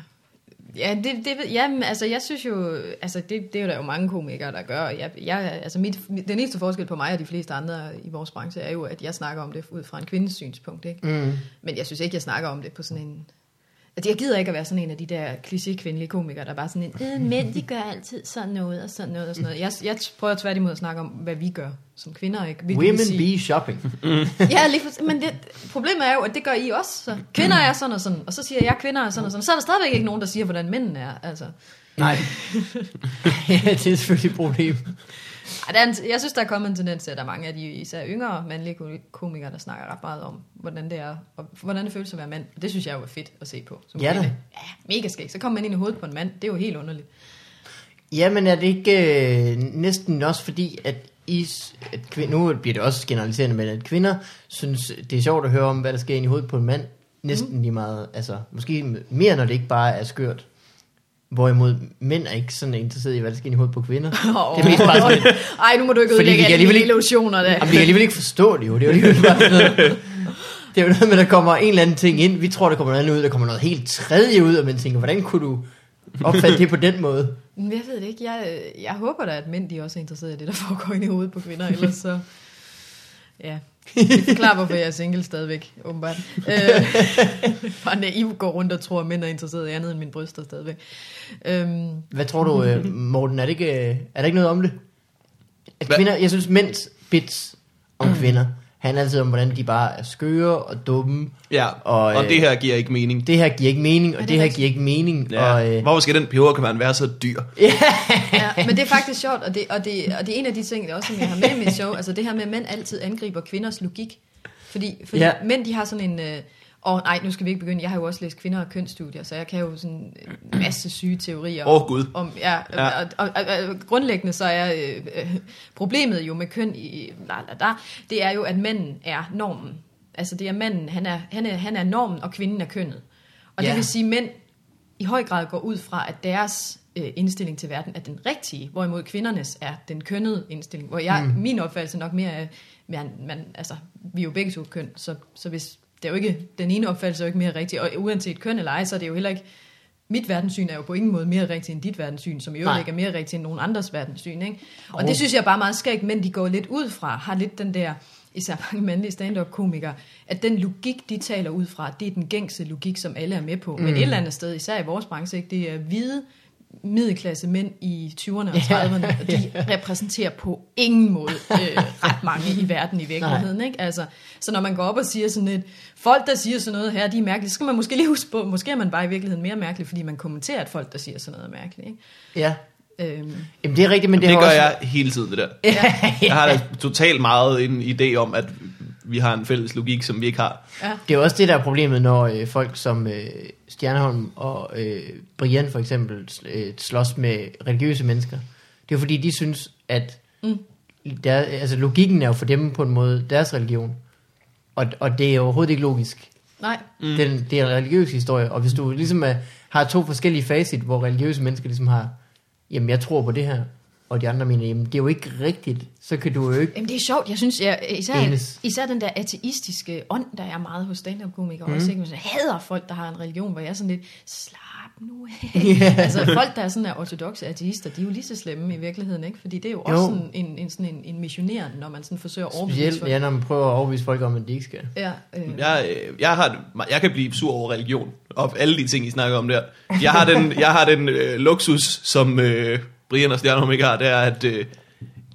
[SPEAKER 3] ja, det, det, ved- jamen, altså, jeg synes jo... Altså, det, det er jo der jo mange komikere, der gør. og Jeg, jeg, altså, mit, mit- den eneste forskel på mig og de fleste andre i vores branche er jo, at jeg snakker om det ud fra en kvindes synspunkt. Ikke?
[SPEAKER 1] Mm.
[SPEAKER 3] Men jeg synes ikke, jeg snakker om det på sådan en... Altså, jeg gider ikke at være sådan en af de der kliché kvindelige komikere, der er bare sådan en, øh, mænd, de gør altid sådan noget og sådan noget og sådan noget. Jeg, jeg prøver tværtimod at snakke om, hvad vi gør som kvinder, ikke? Hvilket vil
[SPEAKER 1] Women
[SPEAKER 3] sige-
[SPEAKER 1] be shopping.
[SPEAKER 3] Ja, lige for, men det, problemet er jo, at det gør I også. Så. Kvinder er sådan og sådan, og så siger jeg, kvinder er sådan og sådan. Så er der stadigvæk ikke nogen, der siger, hvordan mændene er. Altså.
[SPEAKER 1] Nej. ja, det er selvfølgelig et problem.
[SPEAKER 3] Ej, der er en, jeg synes, der er kommet en tendens til, at der er mange af de især yngre mandlige ko- komikere, der snakker ret meget om, hvordan det er, og hvordan det føles at være mand. Og det synes jeg jo er fedt at se på. Som
[SPEAKER 1] Ja da.
[SPEAKER 3] kvinde. Ja, mega skægt. Så kommer man ind i hovedet på en mand. Det er jo helt underligt.
[SPEAKER 1] Jamen er det ikke øh, næsten også fordi, at, I, s- at kvinder, nu bliver det også generaliserende, men at kvinder synes, det er sjovt at høre om, hvad der sker ind i hovedet på en mand, næsten mm. lige meget, altså måske mere, når det ikke bare er skørt. Hvorimod mænd er ikke sådan interesseret i, hvad der sker ind i hovedet på kvinder.
[SPEAKER 3] Oh,
[SPEAKER 1] Det er mest bare sådan,
[SPEAKER 3] Ej, nu må du ikke
[SPEAKER 1] Fordi vi
[SPEAKER 3] ødelægge
[SPEAKER 1] kan
[SPEAKER 3] alle
[SPEAKER 1] alligevel
[SPEAKER 3] mine
[SPEAKER 1] ikke-
[SPEAKER 3] illusioner der.
[SPEAKER 1] Jamen, vi kan alligevel ikke forstå det jo. Det er jo alligevel bare sådan noget. Det er jo noget med, at der kommer en eller anden ting ind. Vi tror, der kommer noget andet ud. Der kommer noget helt tredje ud, og man tænker, hvordan kunne du opfatte det på den måde?
[SPEAKER 3] Men jeg ved det ikke. Jeg, øh, jeg håber da, at mænd de også er interesseret i det, der foregår inde i hovedet på kvinder. Ellers så... Ja. Det forklarer, hvorfor jeg er single stadigvæk, åbenbart. Øh, bare naiv går rundt og tror, at mænd er interesseret i andet end mine bryster stadigvæk. Øhm,
[SPEAKER 1] Hvad tror du, øh, Morten? Er det ikke, øh, er der ikke noget om det? At
[SPEAKER 2] Hvad?
[SPEAKER 1] kvinder, jeg synes, mænds bits om kvinder handler altid om, hvordan de bare er skøre og dumme.
[SPEAKER 2] Ja,
[SPEAKER 1] Og,
[SPEAKER 2] og, og
[SPEAKER 1] øh,
[SPEAKER 2] det her giver ikke mening.
[SPEAKER 1] Det her giver ikke mening, og
[SPEAKER 3] det
[SPEAKER 1] det her
[SPEAKER 3] rigtigt?
[SPEAKER 1] giver ikke mening.
[SPEAKER 2] Ja.
[SPEAKER 1] Og, øh,
[SPEAKER 2] Hvorfor skal den peberkammeren være så dyr?
[SPEAKER 3] ja, men det er faktisk sjovt, og det, og, det, og det er en af de ting, der også, som jeg har med i mit show, altså det her med, at mænd altid angriber kvinders logik. Fordi, fordi
[SPEAKER 1] Ja.
[SPEAKER 3] ja. mænd, de har sådan en... Øh, og nej, nu skal vi ikke begynde. Jeg har jo også læst kvinder og kønsstudier, så jeg kan jo sådan en masse syge teorier.
[SPEAKER 2] Åh oh, gud.
[SPEAKER 3] Om, ja,
[SPEAKER 2] Ja.
[SPEAKER 3] ja. Og, og, og, og grundlæggende så er øh, øh, problemet jo med køn i la, la, la, det er jo, at manden er normen. Altså det er manden, han er, han er, han er normen, og kvinden er kønnet. Og ja.
[SPEAKER 1] Ja.
[SPEAKER 3] det vil sige, at mænd i høj grad går ud fra, at deres øh, indstilling til verden er den rigtige, hvorimod kvindernes er den kønnede indstilling. Hvor jeg, mm. min opfattelse nok mere er, man, man, altså, vi er jo begge to køn, så, så hvis det er jo ikke, den ene opfattelse er jo ikke mere rigtig, og uanset køn eller ej, så er det jo heller ikke, mit verdenssyn er jo på ingen måde mere rigtigt end dit verdenssyn, som i øvrigt
[SPEAKER 1] Nej.
[SPEAKER 3] ikke er mere rigtigt end nogen andres verdenssyn. Ikke? Og
[SPEAKER 1] Jo.
[SPEAKER 3] det synes jeg er bare meget skægt, men de går lidt ud fra, har lidt den der, især mange mandlige stand-up-komikere, at den logik, de taler ud fra, det er den gængse logik, som alle er med på. Mm. Men et eller andet sted, især i vores branche, ikke, det er hvide middelklasse mænd i 20'erne og 30'erne, og de repræsenterer på ingen måde øh, ret mange i verden i virkeligheden. Ikke? Altså, så når man går op og siger sådan et, folk der siger sådan noget her, de er mærkelige, så skal man måske lige huske på, måske er man bare i virkeligheden mere mærkelig, fordi man kommenterer, at folk der siger sådan noget er mærkeligt.
[SPEAKER 1] ja.
[SPEAKER 3] Ikke? Øhm,
[SPEAKER 1] Jamen, det er rigtigt, men det,
[SPEAKER 2] Det, det
[SPEAKER 1] har
[SPEAKER 2] gør
[SPEAKER 1] også...
[SPEAKER 2] jeg hele tiden, det der. Jeg har da totalt meget en idé om, at vi har en fælles logik, som vi ikke har.
[SPEAKER 3] ja.
[SPEAKER 1] Det er jo også det, der er problemet, når øh, folk som øh, Stjerneholm og øh, Brian for eksempel sl- øh, slås med religiøse mennesker. Det er jo fordi, de synes, at mm. der, altså, logikken er jo for dem på en måde deres religion. Og, og det er overhovedet ikke logisk.
[SPEAKER 3] Nej,
[SPEAKER 1] Mm. Den, det er en religiøs historie, og hvis du ligesom er, har to forskellige facit, hvor religiøse mennesker ligesom har, jamen jeg tror på det her, og de andre mener, jamen det er jo ikke rigtigt, så kan du jo ikke...
[SPEAKER 3] Jamen, det er sjovt. Jeg synes, jeg, øh, især,
[SPEAKER 1] Enes.
[SPEAKER 3] især den der ateistiske ånd, der er meget hos stand-up-komikere
[SPEAKER 1] Mhm.
[SPEAKER 3] mm. også, ikke? Man sådan, hader folk, der har en religion, hvor jeg er sådan lidt, slap nu af. altså, folk, der er sådan der ortodoxe ateister, de er jo lige så slemme i virkeligheden, ikke? Fordi det er jo,
[SPEAKER 1] Jo.
[SPEAKER 3] også sådan en, en, sådan en, en missionerende, når man sådan forsøger at overbevise
[SPEAKER 1] Specielt,
[SPEAKER 3] folk.
[SPEAKER 1] ja, når man prøver at overbevise folk om, at de ikke skal.
[SPEAKER 3] Ja, øh,
[SPEAKER 2] Jeg, øh, jeg, har, et- jeg kan blive sur over religion, og alle de ting, I snakker om der. Jeg har den, jeg har den øh, luksus, som øh, Brian og Stjernholm ikke har, det er, at, øh,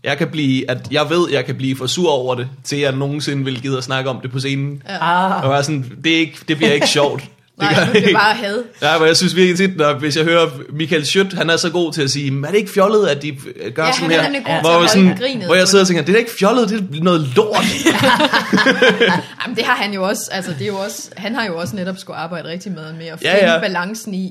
[SPEAKER 2] jeg kan blive, at jeg ved, jeg kan blive for sur over det, til jeg nogensinde vil gide at snakke om det på scenen. Ja.
[SPEAKER 1] Ah,
[SPEAKER 2] Og jeg er sådan, det, er ikke, det bliver ikke sjovt. Det
[SPEAKER 3] Nej,
[SPEAKER 2] gør
[SPEAKER 3] nu bliver
[SPEAKER 2] ikke.
[SPEAKER 3] bare had.
[SPEAKER 2] Ja, men jeg synes virkelig tit, når, hvis jeg hører Michael Schødt, han er så god til at sige, "Men er det ikke fjollet, at de øh, gør
[SPEAKER 3] Ja,
[SPEAKER 2] sådan
[SPEAKER 3] han er
[SPEAKER 2] her?
[SPEAKER 3] nemlig god til at
[SPEAKER 2] hvor,
[SPEAKER 3] holde
[SPEAKER 2] jeg sådan,
[SPEAKER 3] grinet
[SPEAKER 2] hvor
[SPEAKER 3] på
[SPEAKER 2] jeg sidder og tænker, det er da ikke fjollet, det er noget lort.
[SPEAKER 3] Jamen, det har han jo også, altså det er jo også, han har jo også netop skulle arbejde rigtig meget med at
[SPEAKER 2] Ja,
[SPEAKER 3] finde ja,
[SPEAKER 2] ja.
[SPEAKER 3] ja. balancen i,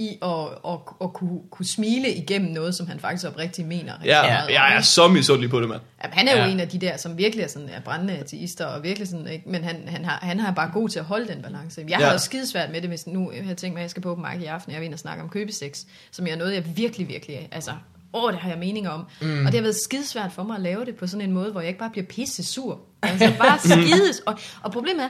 [SPEAKER 3] i at, og, og kunne, kunne smile igennem noget, som han faktisk oprigtigt mener. rigtig
[SPEAKER 2] Ja,
[SPEAKER 3] meget om,
[SPEAKER 2] jeg er
[SPEAKER 3] ikke?
[SPEAKER 2] så misundelig på det, mand.
[SPEAKER 3] Jamen, han er jo
[SPEAKER 2] Ja.
[SPEAKER 3] ja. en af de der, som virkelig er, sådan, er brændende ateister, og virkelig sådan, ikke? men han, han, har, han har bare god til at holde den balance. Jeg ja.
[SPEAKER 2] Ja.
[SPEAKER 3] har også skidesvært med det, hvis nu jeg har tænkt mig, at jeg skal på open mic i aften, og jeg vil ind og snakke om købesex, som jeg er noget, jeg virkelig, virkelig, altså, åh, det har jeg meninger om. Mm. Og det har været skidesvært for mig at lave det på sådan en måde, hvor jeg ikke bare bliver pisse sur. Altså bare skides. Og, og problemet er,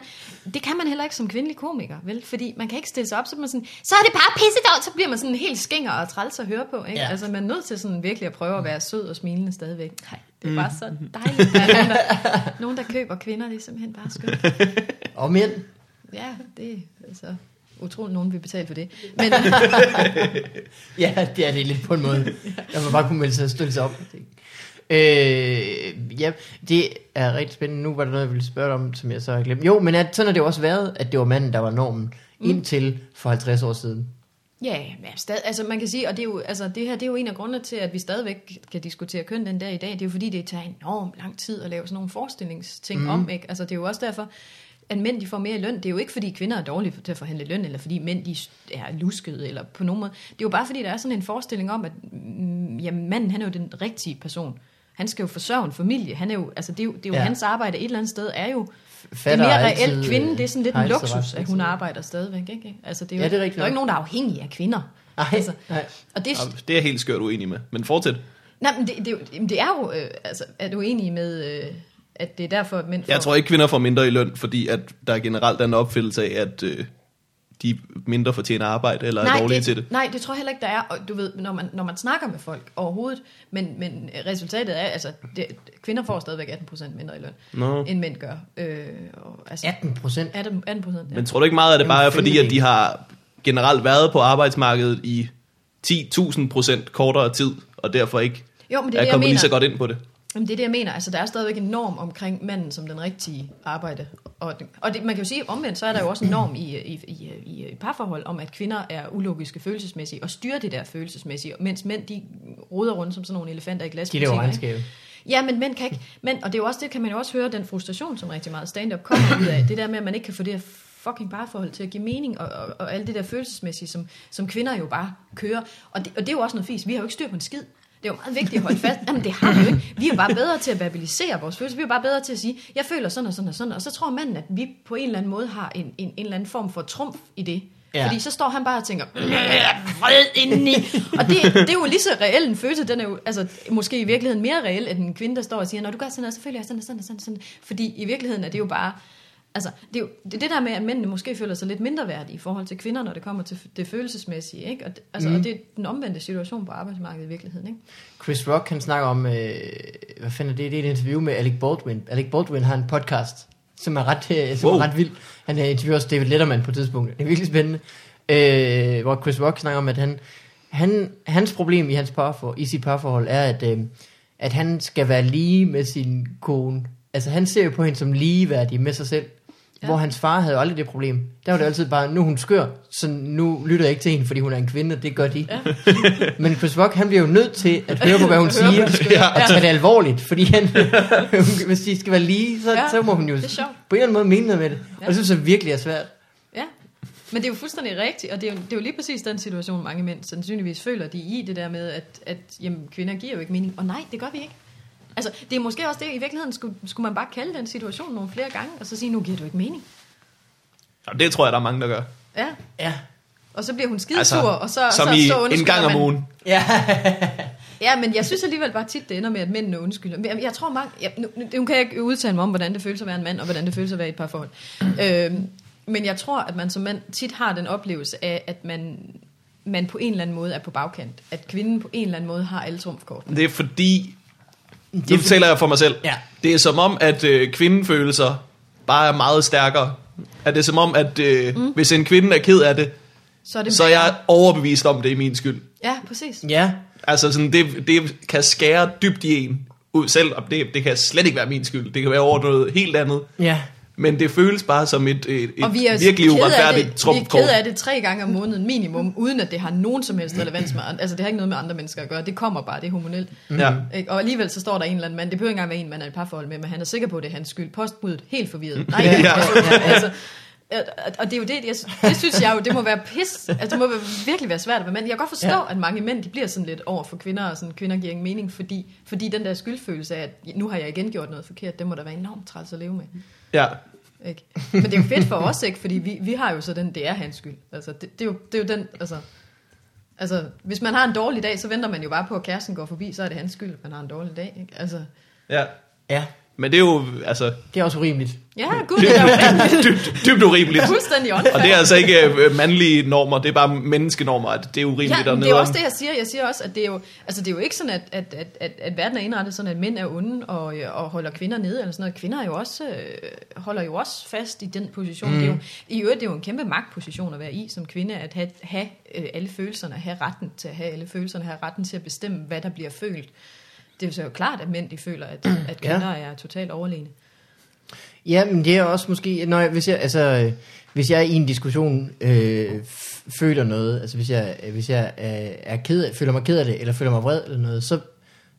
[SPEAKER 3] det kan man heller ikke som kvindelig komiker, vel? Fordi man kan ikke stille sig op, så er man sådan, så er det bare pisse så bliver man sådan helt skænger og træls at høre på, ikke?
[SPEAKER 1] Ja.
[SPEAKER 3] Ja. Altså, man er nødt til sådan virkelig at prøve at være sød og smilende stadigvæk. Nej, Mm. det er bare så dejligt. Der er nogen, der, nogen, der køber kvinder, det er simpelthen bare skønt.
[SPEAKER 1] og mænd,
[SPEAKER 3] Ja, det er så utroligt, nogen vil betale for det. Men,
[SPEAKER 1] Ja, det er det lidt på en måde. Jeg må bare kunne melde sig og støtte sig op. Øh, ja, det er rigtig spændende. Nu var der noget, jeg ville spørge dig om, som jeg så har glemt. Jo, men at, sådan har det jo også været, at det var manden, der var normen, mm. indtil for 50 år siden.
[SPEAKER 3] Ja, men stadig, altså man kan sige, og det, er jo, altså det her det er jo en af grundene til, at vi stadigvæk kan diskutere køn den dag i dag, det er jo fordi, det tager enormt lang tid at lave sådan nogle forestillingsting mm. om, ikke? Altså det er jo også derfor, at mænd de får mere i løn, det er jo ikke fordi kvinder er dårlige til at forhandle løn, eller fordi mænd de er luskede, eller på nogen måde. Det er jo bare fordi, der er sådan en forestilling om, at mm, jamen, manden han er jo den rigtige person. Han skal jo forsørge en familie. Han er jo, altså, det er jo, det er jo
[SPEAKER 1] Ja.
[SPEAKER 3] ja. hans arbejde et eller andet sted, er jo
[SPEAKER 1] Fatter
[SPEAKER 3] det er mere
[SPEAKER 1] altid,
[SPEAKER 3] reelt kvinde,
[SPEAKER 1] øh,
[SPEAKER 3] det er sådan lidt
[SPEAKER 1] har altid
[SPEAKER 3] en luksus,
[SPEAKER 1] ret. altså.
[SPEAKER 3] at hun arbejder stadigvæk. Ikke? Altså, det er jo,
[SPEAKER 1] Ja, det er rigtigt
[SPEAKER 3] der er
[SPEAKER 1] nok.
[SPEAKER 3] jo ikke nogen, der er afhængige af kvinder.
[SPEAKER 1] Nej,
[SPEAKER 3] Altså,
[SPEAKER 1] nej.
[SPEAKER 3] og det,
[SPEAKER 2] Ja, Det er jeg helt skørt uenig med. Men fortsæt.
[SPEAKER 3] nej, men det, det, er jo- jamen, det er jo, øh, altså, er du enig med, øh, at det er derfor, at mænd får...
[SPEAKER 2] Jeg tror ikke, kvinder får mindre i løn, fordi at der generelt er en opfældelse af, at øh, de mindre fortjener arbejde, eller er dårlige
[SPEAKER 3] det,
[SPEAKER 2] til det.
[SPEAKER 3] Nej, det tror jeg heller ikke, der er. Og du ved, når man, når man snakker med folk overhovedet, men, men resultatet er, altså, det, kvinder får stadigvæk 18% mindre i løn,
[SPEAKER 2] Nå.
[SPEAKER 3] end mænd gør. Øh, og, altså,
[SPEAKER 1] 18 procent.
[SPEAKER 3] 18, 18%, ja.
[SPEAKER 2] Men tror du ikke meget, at det
[SPEAKER 1] Jamen,
[SPEAKER 2] bare er fordi, at
[SPEAKER 1] femtedel.
[SPEAKER 2] de har generelt været på arbejdsmarkedet i 10.000 procent kortere tid, og derfor ikke
[SPEAKER 3] jo, men det er
[SPEAKER 2] er
[SPEAKER 3] det, jeg
[SPEAKER 2] kommet lige
[SPEAKER 3] mener.
[SPEAKER 2] så godt ind på det?
[SPEAKER 3] Jamen, det er det, jeg mener. Altså, der er stadigvæk en norm omkring manden som den rigtige arbejde. Og, den- og det, man kan jo sige, omvendt, så er der jo også en norm i, i, i, i, i parforhold om, at kvinder er ulogiske følelsesmæssige og styrer det der følelsesmæssige, mens mænd, de roder rundt som sådan nogle elefanter i
[SPEAKER 1] De laver
[SPEAKER 3] glasbutikker. ikke?
[SPEAKER 1] regnskab.
[SPEAKER 3] Ja, men mænd kan ikke. Men, og det er jo også det, kan man jo også høre, den frustration, som rigtig meget stand-up kommer ud af. Det der med, at man ikke kan få det her fucking parforhold til at give mening, og, og, og alt det der følelsesmæssige, som, som kvinder jo bare kører. Og det, og det er jo også noget fisk. Vi har jo ikke styr på en skid. Det er jo meget vigtigt at holde fast. Jamen, det har vi jo ikke. Vi er jo bare bedre til at verbalisere vores følelser. Vi er jo bare bedre til at sige, jeg føler sådan og sådan og sådan. Og så tror manden, at vi på en eller anden måde har en, en, en eller anden form for trumf i det.
[SPEAKER 1] Ja.
[SPEAKER 3] Ja. Fordi så står han bare og tænker, "Mm, jeg er vred indeni. og det, det er jo lige så reelt en følelse, den er jo altså, måske i virkeligheden mere reel, end en kvinde, der står og siger, når du gør sådan noget, så føler jeg sådan og sådan og sådan, og sådan. Fordi i virkeligheden er det jo bare, altså det er jo det, er det der med, at mændene måske føler sig lidt mindre værdige i forhold til kvinder, når det kommer til det følelsesmæssige, ikke? Og, det, altså, mm. og det er den omvendte situation på arbejdsmarkedet i virkeligheden, ikke?
[SPEAKER 1] Chris Rock, han snakker om, øh, hvad fanden er det, det er et interview med Alec Baldwin. Alec Baldwin har en podcast, som er ret, øh, som
[SPEAKER 2] Wow.
[SPEAKER 1] er ret vild. Han øh, interviewer også David Letterman på et tidspunkt. Det er virkelig spændende. Øh, hvor Chris Rock snakker om, at han, han, hans problem i, hans parfor, i sit parforhold er, at, øh, at han skal være lige med sin kone. Altså han ser jo på hende som ligeværdig med sig selv. Ja.
[SPEAKER 3] Ja.
[SPEAKER 1] Hvor hans far havde jo aldrig det problem. Der var det altid bare, nu er hun skør, så nu lytter jeg ikke til hende, fordi hun er en kvinde, og det gør de. Ja. Men Chris Rock, han bliver jo nødt til at høre på, hvad hun
[SPEAKER 3] Høre på,
[SPEAKER 1] siger,
[SPEAKER 3] hvad hun
[SPEAKER 2] siger.
[SPEAKER 1] og tage det alvorligt, fordi han, hvis de skal være lige, så, ja,
[SPEAKER 3] Ja,
[SPEAKER 1] så må hun jo på en
[SPEAKER 3] det er sjovt.
[SPEAKER 1] eller anden måde mene noget med det. Og det synes jeg virkelig er svært.
[SPEAKER 3] Ja, men det er jo fuldstændig rigtigt, og det er jo, det er jo lige præcis den situation, mange mænd sandsynligvis føler, de er i det der med, at, at jamen, kvinder giver jo ikke mening. Og nej, det gør vi ikke. Altså, det er måske også det, i virkeligheden skulle, skulle man bare kalde den situation nogle flere gange, og så sige, nu giver du ikke mening.
[SPEAKER 2] Jamen, det tror jeg, der er mange, der gør.
[SPEAKER 3] Ja,
[SPEAKER 1] Ja.
[SPEAKER 3] og så bliver hun skidesur, og så,
[SPEAKER 2] Altså, som
[SPEAKER 3] så,
[SPEAKER 2] i
[SPEAKER 3] så
[SPEAKER 2] en
[SPEAKER 3] undskylder
[SPEAKER 2] gang om
[SPEAKER 3] man.
[SPEAKER 2] ugen.
[SPEAKER 1] Ja.
[SPEAKER 3] Ja, men jeg synes alligevel bare tit, det ender med, at mændene undskylder. Men Jeg, jeg tror mange... Jeg, nu, nu- nu kan jeg ikke udtale mig om, hvordan det føles at være en mand, og hvordan det føles at være i et parforhold. Øhm, men jeg tror, at man som mand tit har den oplevelse af, at man, man på en eller anden måde er på bagkant. At kvinden på en eller anden måde har alle trumfkort.
[SPEAKER 2] Det er fordi,
[SPEAKER 1] Det
[SPEAKER 2] nu
[SPEAKER 1] er
[SPEAKER 2] taler jeg for mig selv.
[SPEAKER 1] Ja.
[SPEAKER 2] Det er som om, at øh, kvindefølelser bare er meget stærkere. Er det som om, at øh, mm. hvis en kvinde er ked af det,
[SPEAKER 3] Så er det
[SPEAKER 2] så er jeg overbevist om, det er min skyld.
[SPEAKER 3] Ja, præcis.
[SPEAKER 1] fordi- ja.
[SPEAKER 2] Altså sådan, det, det kan skære dybt i en. Ud selv, og det, det kan slet ikke være min skyld. Det kan være over noget helt andet.
[SPEAKER 1] Ja.
[SPEAKER 2] Men det føles bare som et, et, et
[SPEAKER 3] Og vi er jo
[SPEAKER 2] virkelig
[SPEAKER 3] ked af
[SPEAKER 2] uretfærdigt
[SPEAKER 3] det- Vi er
[SPEAKER 2] trumfkort.
[SPEAKER 3] ked af det tre gange om måneden minimum, uden at det har nogen som helst relevans med andre. Altså, det har ikke noget med andre mennesker at gøre. Det kommer bare, det er hormonelt.
[SPEAKER 2] Ja.
[SPEAKER 3] Ikke? Og alligevel så står der en eller anden mand, det behøver ikke engang være en mand, er i parforhold med, men han er sikker på, at det er hans skyld. Postbuddet, helt forvirret. Nej,
[SPEAKER 2] Ja.
[SPEAKER 3] ja. altså, altså, og- og det er jo det, jeg, det synes jeg jo, det må være pis. Altså, det må være- virkelig være svært at være mand. Jeg kan godt forstå,
[SPEAKER 1] Ja.
[SPEAKER 3] ja. at mange mænd, de bliver sådan lidt over for kvinder, og sådan, kvinder giver ingen mening, fordi, fordi den der skyldfølelse af, at nu har jeg igen gjort noget forkert, det må da være enormt træls at leve med.
[SPEAKER 2] Ja.
[SPEAKER 3] Ikke? Men det er jo fedt for os, ikke? Fordi vi, vi har jo så den, det er hans skyld. Altså, det, det, er jo, det er jo den, altså... Altså, hvis man har en dårlig dag, så venter man jo bare på, at kæresten går forbi, så er det hans skyld, at man har en dårlig dag, ikke? Altså,
[SPEAKER 2] ja.
[SPEAKER 1] Ja.
[SPEAKER 2] Men det er jo altså,
[SPEAKER 1] Det er også urimeligt.
[SPEAKER 3] ja, gud, det er jo
[SPEAKER 2] dybt, dybt urimeligt.
[SPEAKER 3] fuldstændig
[SPEAKER 2] Og
[SPEAKER 3] åndfærdigt.
[SPEAKER 2] det er altså ikke øh, mandlige normer, det er bare menneskenormer, at det er urimeligt
[SPEAKER 3] Ja,
[SPEAKER 2] og
[SPEAKER 3] men det er jo
[SPEAKER 2] nederen.
[SPEAKER 3] også det, jeg siger. Jeg siger også, at det er jo, altså, det er jo ikke sådan, at, at, at, at, at verden er indrettet sådan, at mænd er onde og, øh, og holder kvinder nede. Eller sådan noget. Kvinder er jo også, øh, holder jo også fast i den position. Mm. Det er jo, I øvrigt det er jo en kæmpe magtposition at være i som kvinde, at have, have øh, alle følelserne, have retten til at have alle følelserne, have retten til at bestemme, hvad der bliver følt. Det er jo så jo klart, at mænd de føler, at, at kvinder ja. er totalt overlegne.
[SPEAKER 1] Ja, men det er også måske, når jeg, hvis jeg, altså, øh, hvis jeg i en diskussion øh, f- føler noget, altså hvis jeg, øh, hvis jeg øh, er ked af, føler mig ked af det, eller føler mig vred eller noget, så,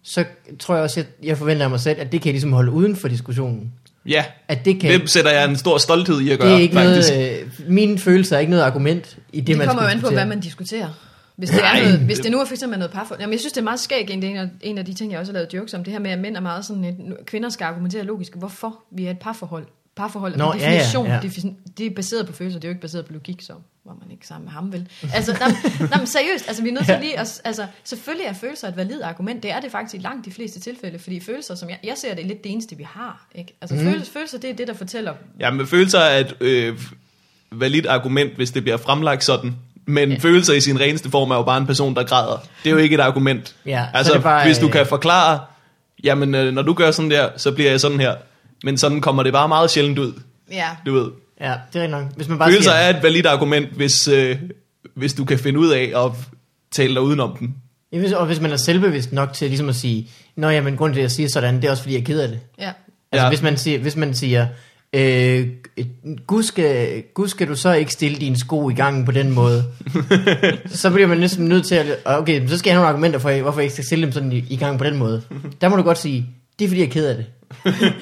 [SPEAKER 1] så tror jeg også, at jeg forventer af mig selv, at det kan jeg ligesom holde uden for diskussionen.
[SPEAKER 2] Ja,
[SPEAKER 1] At det kan...
[SPEAKER 2] det sætter jeg en stor stolthed i at
[SPEAKER 1] det
[SPEAKER 2] gøre,
[SPEAKER 1] er ikke
[SPEAKER 2] faktisk.
[SPEAKER 1] noget, øh, mine følelser er ikke noget argument i det,
[SPEAKER 3] Det,
[SPEAKER 1] man
[SPEAKER 3] det kommer
[SPEAKER 1] skal
[SPEAKER 3] jo an på,
[SPEAKER 1] diskutere.
[SPEAKER 3] hvad man diskuterer. Hvis det, er
[SPEAKER 2] Nej,
[SPEAKER 3] noget, hvis
[SPEAKER 2] det-
[SPEAKER 3] det nu er for eksempel noget parforhold. Jamen, jeg synes, det er meget skægt, en, det er en af- en af de ting, jeg også har lavet jokes om. Det her med, at mænd er meget sådan, at nu- kvinder skal argumentere logisk, hvorfor vi er et parforhold. Parforhold er
[SPEAKER 1] Nå, ja,
[SPEAKER 3] Nå,
[SPEAKER 1] ja,
[SPEAKER 3] definition. Ja,
[SPEAKER 1] ja.
[SPEAKER 3] ja. Det er baseret på følelser, det er jo ikke baseret på logik, så var man ikke sammen med ham, vel? Altså, nej, nej, men seriøst, altså, vi er nødt til lige at, altså, selvfølgelig er følelser et validt argument. Det er det faktisk i langt de fleste tilfælde, fordi følelser, som jeg, jeg ser det, er lidt det eneste, vi har. Ikke? Altså,
[SPEAKER 1] Mhm.
[SPEAKER 3] mm. følelser, følelser, det er det, der fortæller,
[SPEAKER 2] Ja, men følelser er et øh, validt argument, hvis det bliver fremlagt sådan. Men ja. følelser i sin reneste form er jo bare en person, der græder. Det er jo ikke et argument.
[SPEAKER 1] Ja, så er
[SPEAKER 2] altså,
[SPEAKER 1] det bare,
[SPEAKER 2] hvis du
[SPEAKER 1] øh,
[SPEAKER 2] kan forklare, jamen, øh, når du gør sådan der, så bliver jeg sådan her. Men sådan kommer det bare meget sjældent ud,
[SPEAKER 3] ja,
[SPEAKER 2] du ved.
[SPEAKER 1] Ja, det er rigtig nok. Hvis man bare
[SPEAKER 2] Følelser
[SPEAKER 1] siger,
[SPEAKER 2] er et validt argument, hvis, øh, hvis du kan finde ud af at tale dig udenom dem.
[SPEAKER 1] Ja, hvis- og hvis man er selvbevidst nok til ligesom at sige, Nå ja, men grunden til, at jeg siger sådan, det er også fordi, jeg er ked af det.
[SPEAKER 3] ja.
[SPEAKER 1] Altså
[SPEAKER 2] Ja.
[SPEAKER 1] ja. hvis man siger, hvis man siger øh, gud, skal, gud skal du så ikke stille dine sko i gangen på den måde, så bliver man næsten nødt til at, okay, så skal jeg have nogle argumenter for, hvorfor jeg ikke skal stille dem sådan i, i gangen på den måde. Der må du godt sige, det er fordi, jeg er ked af det.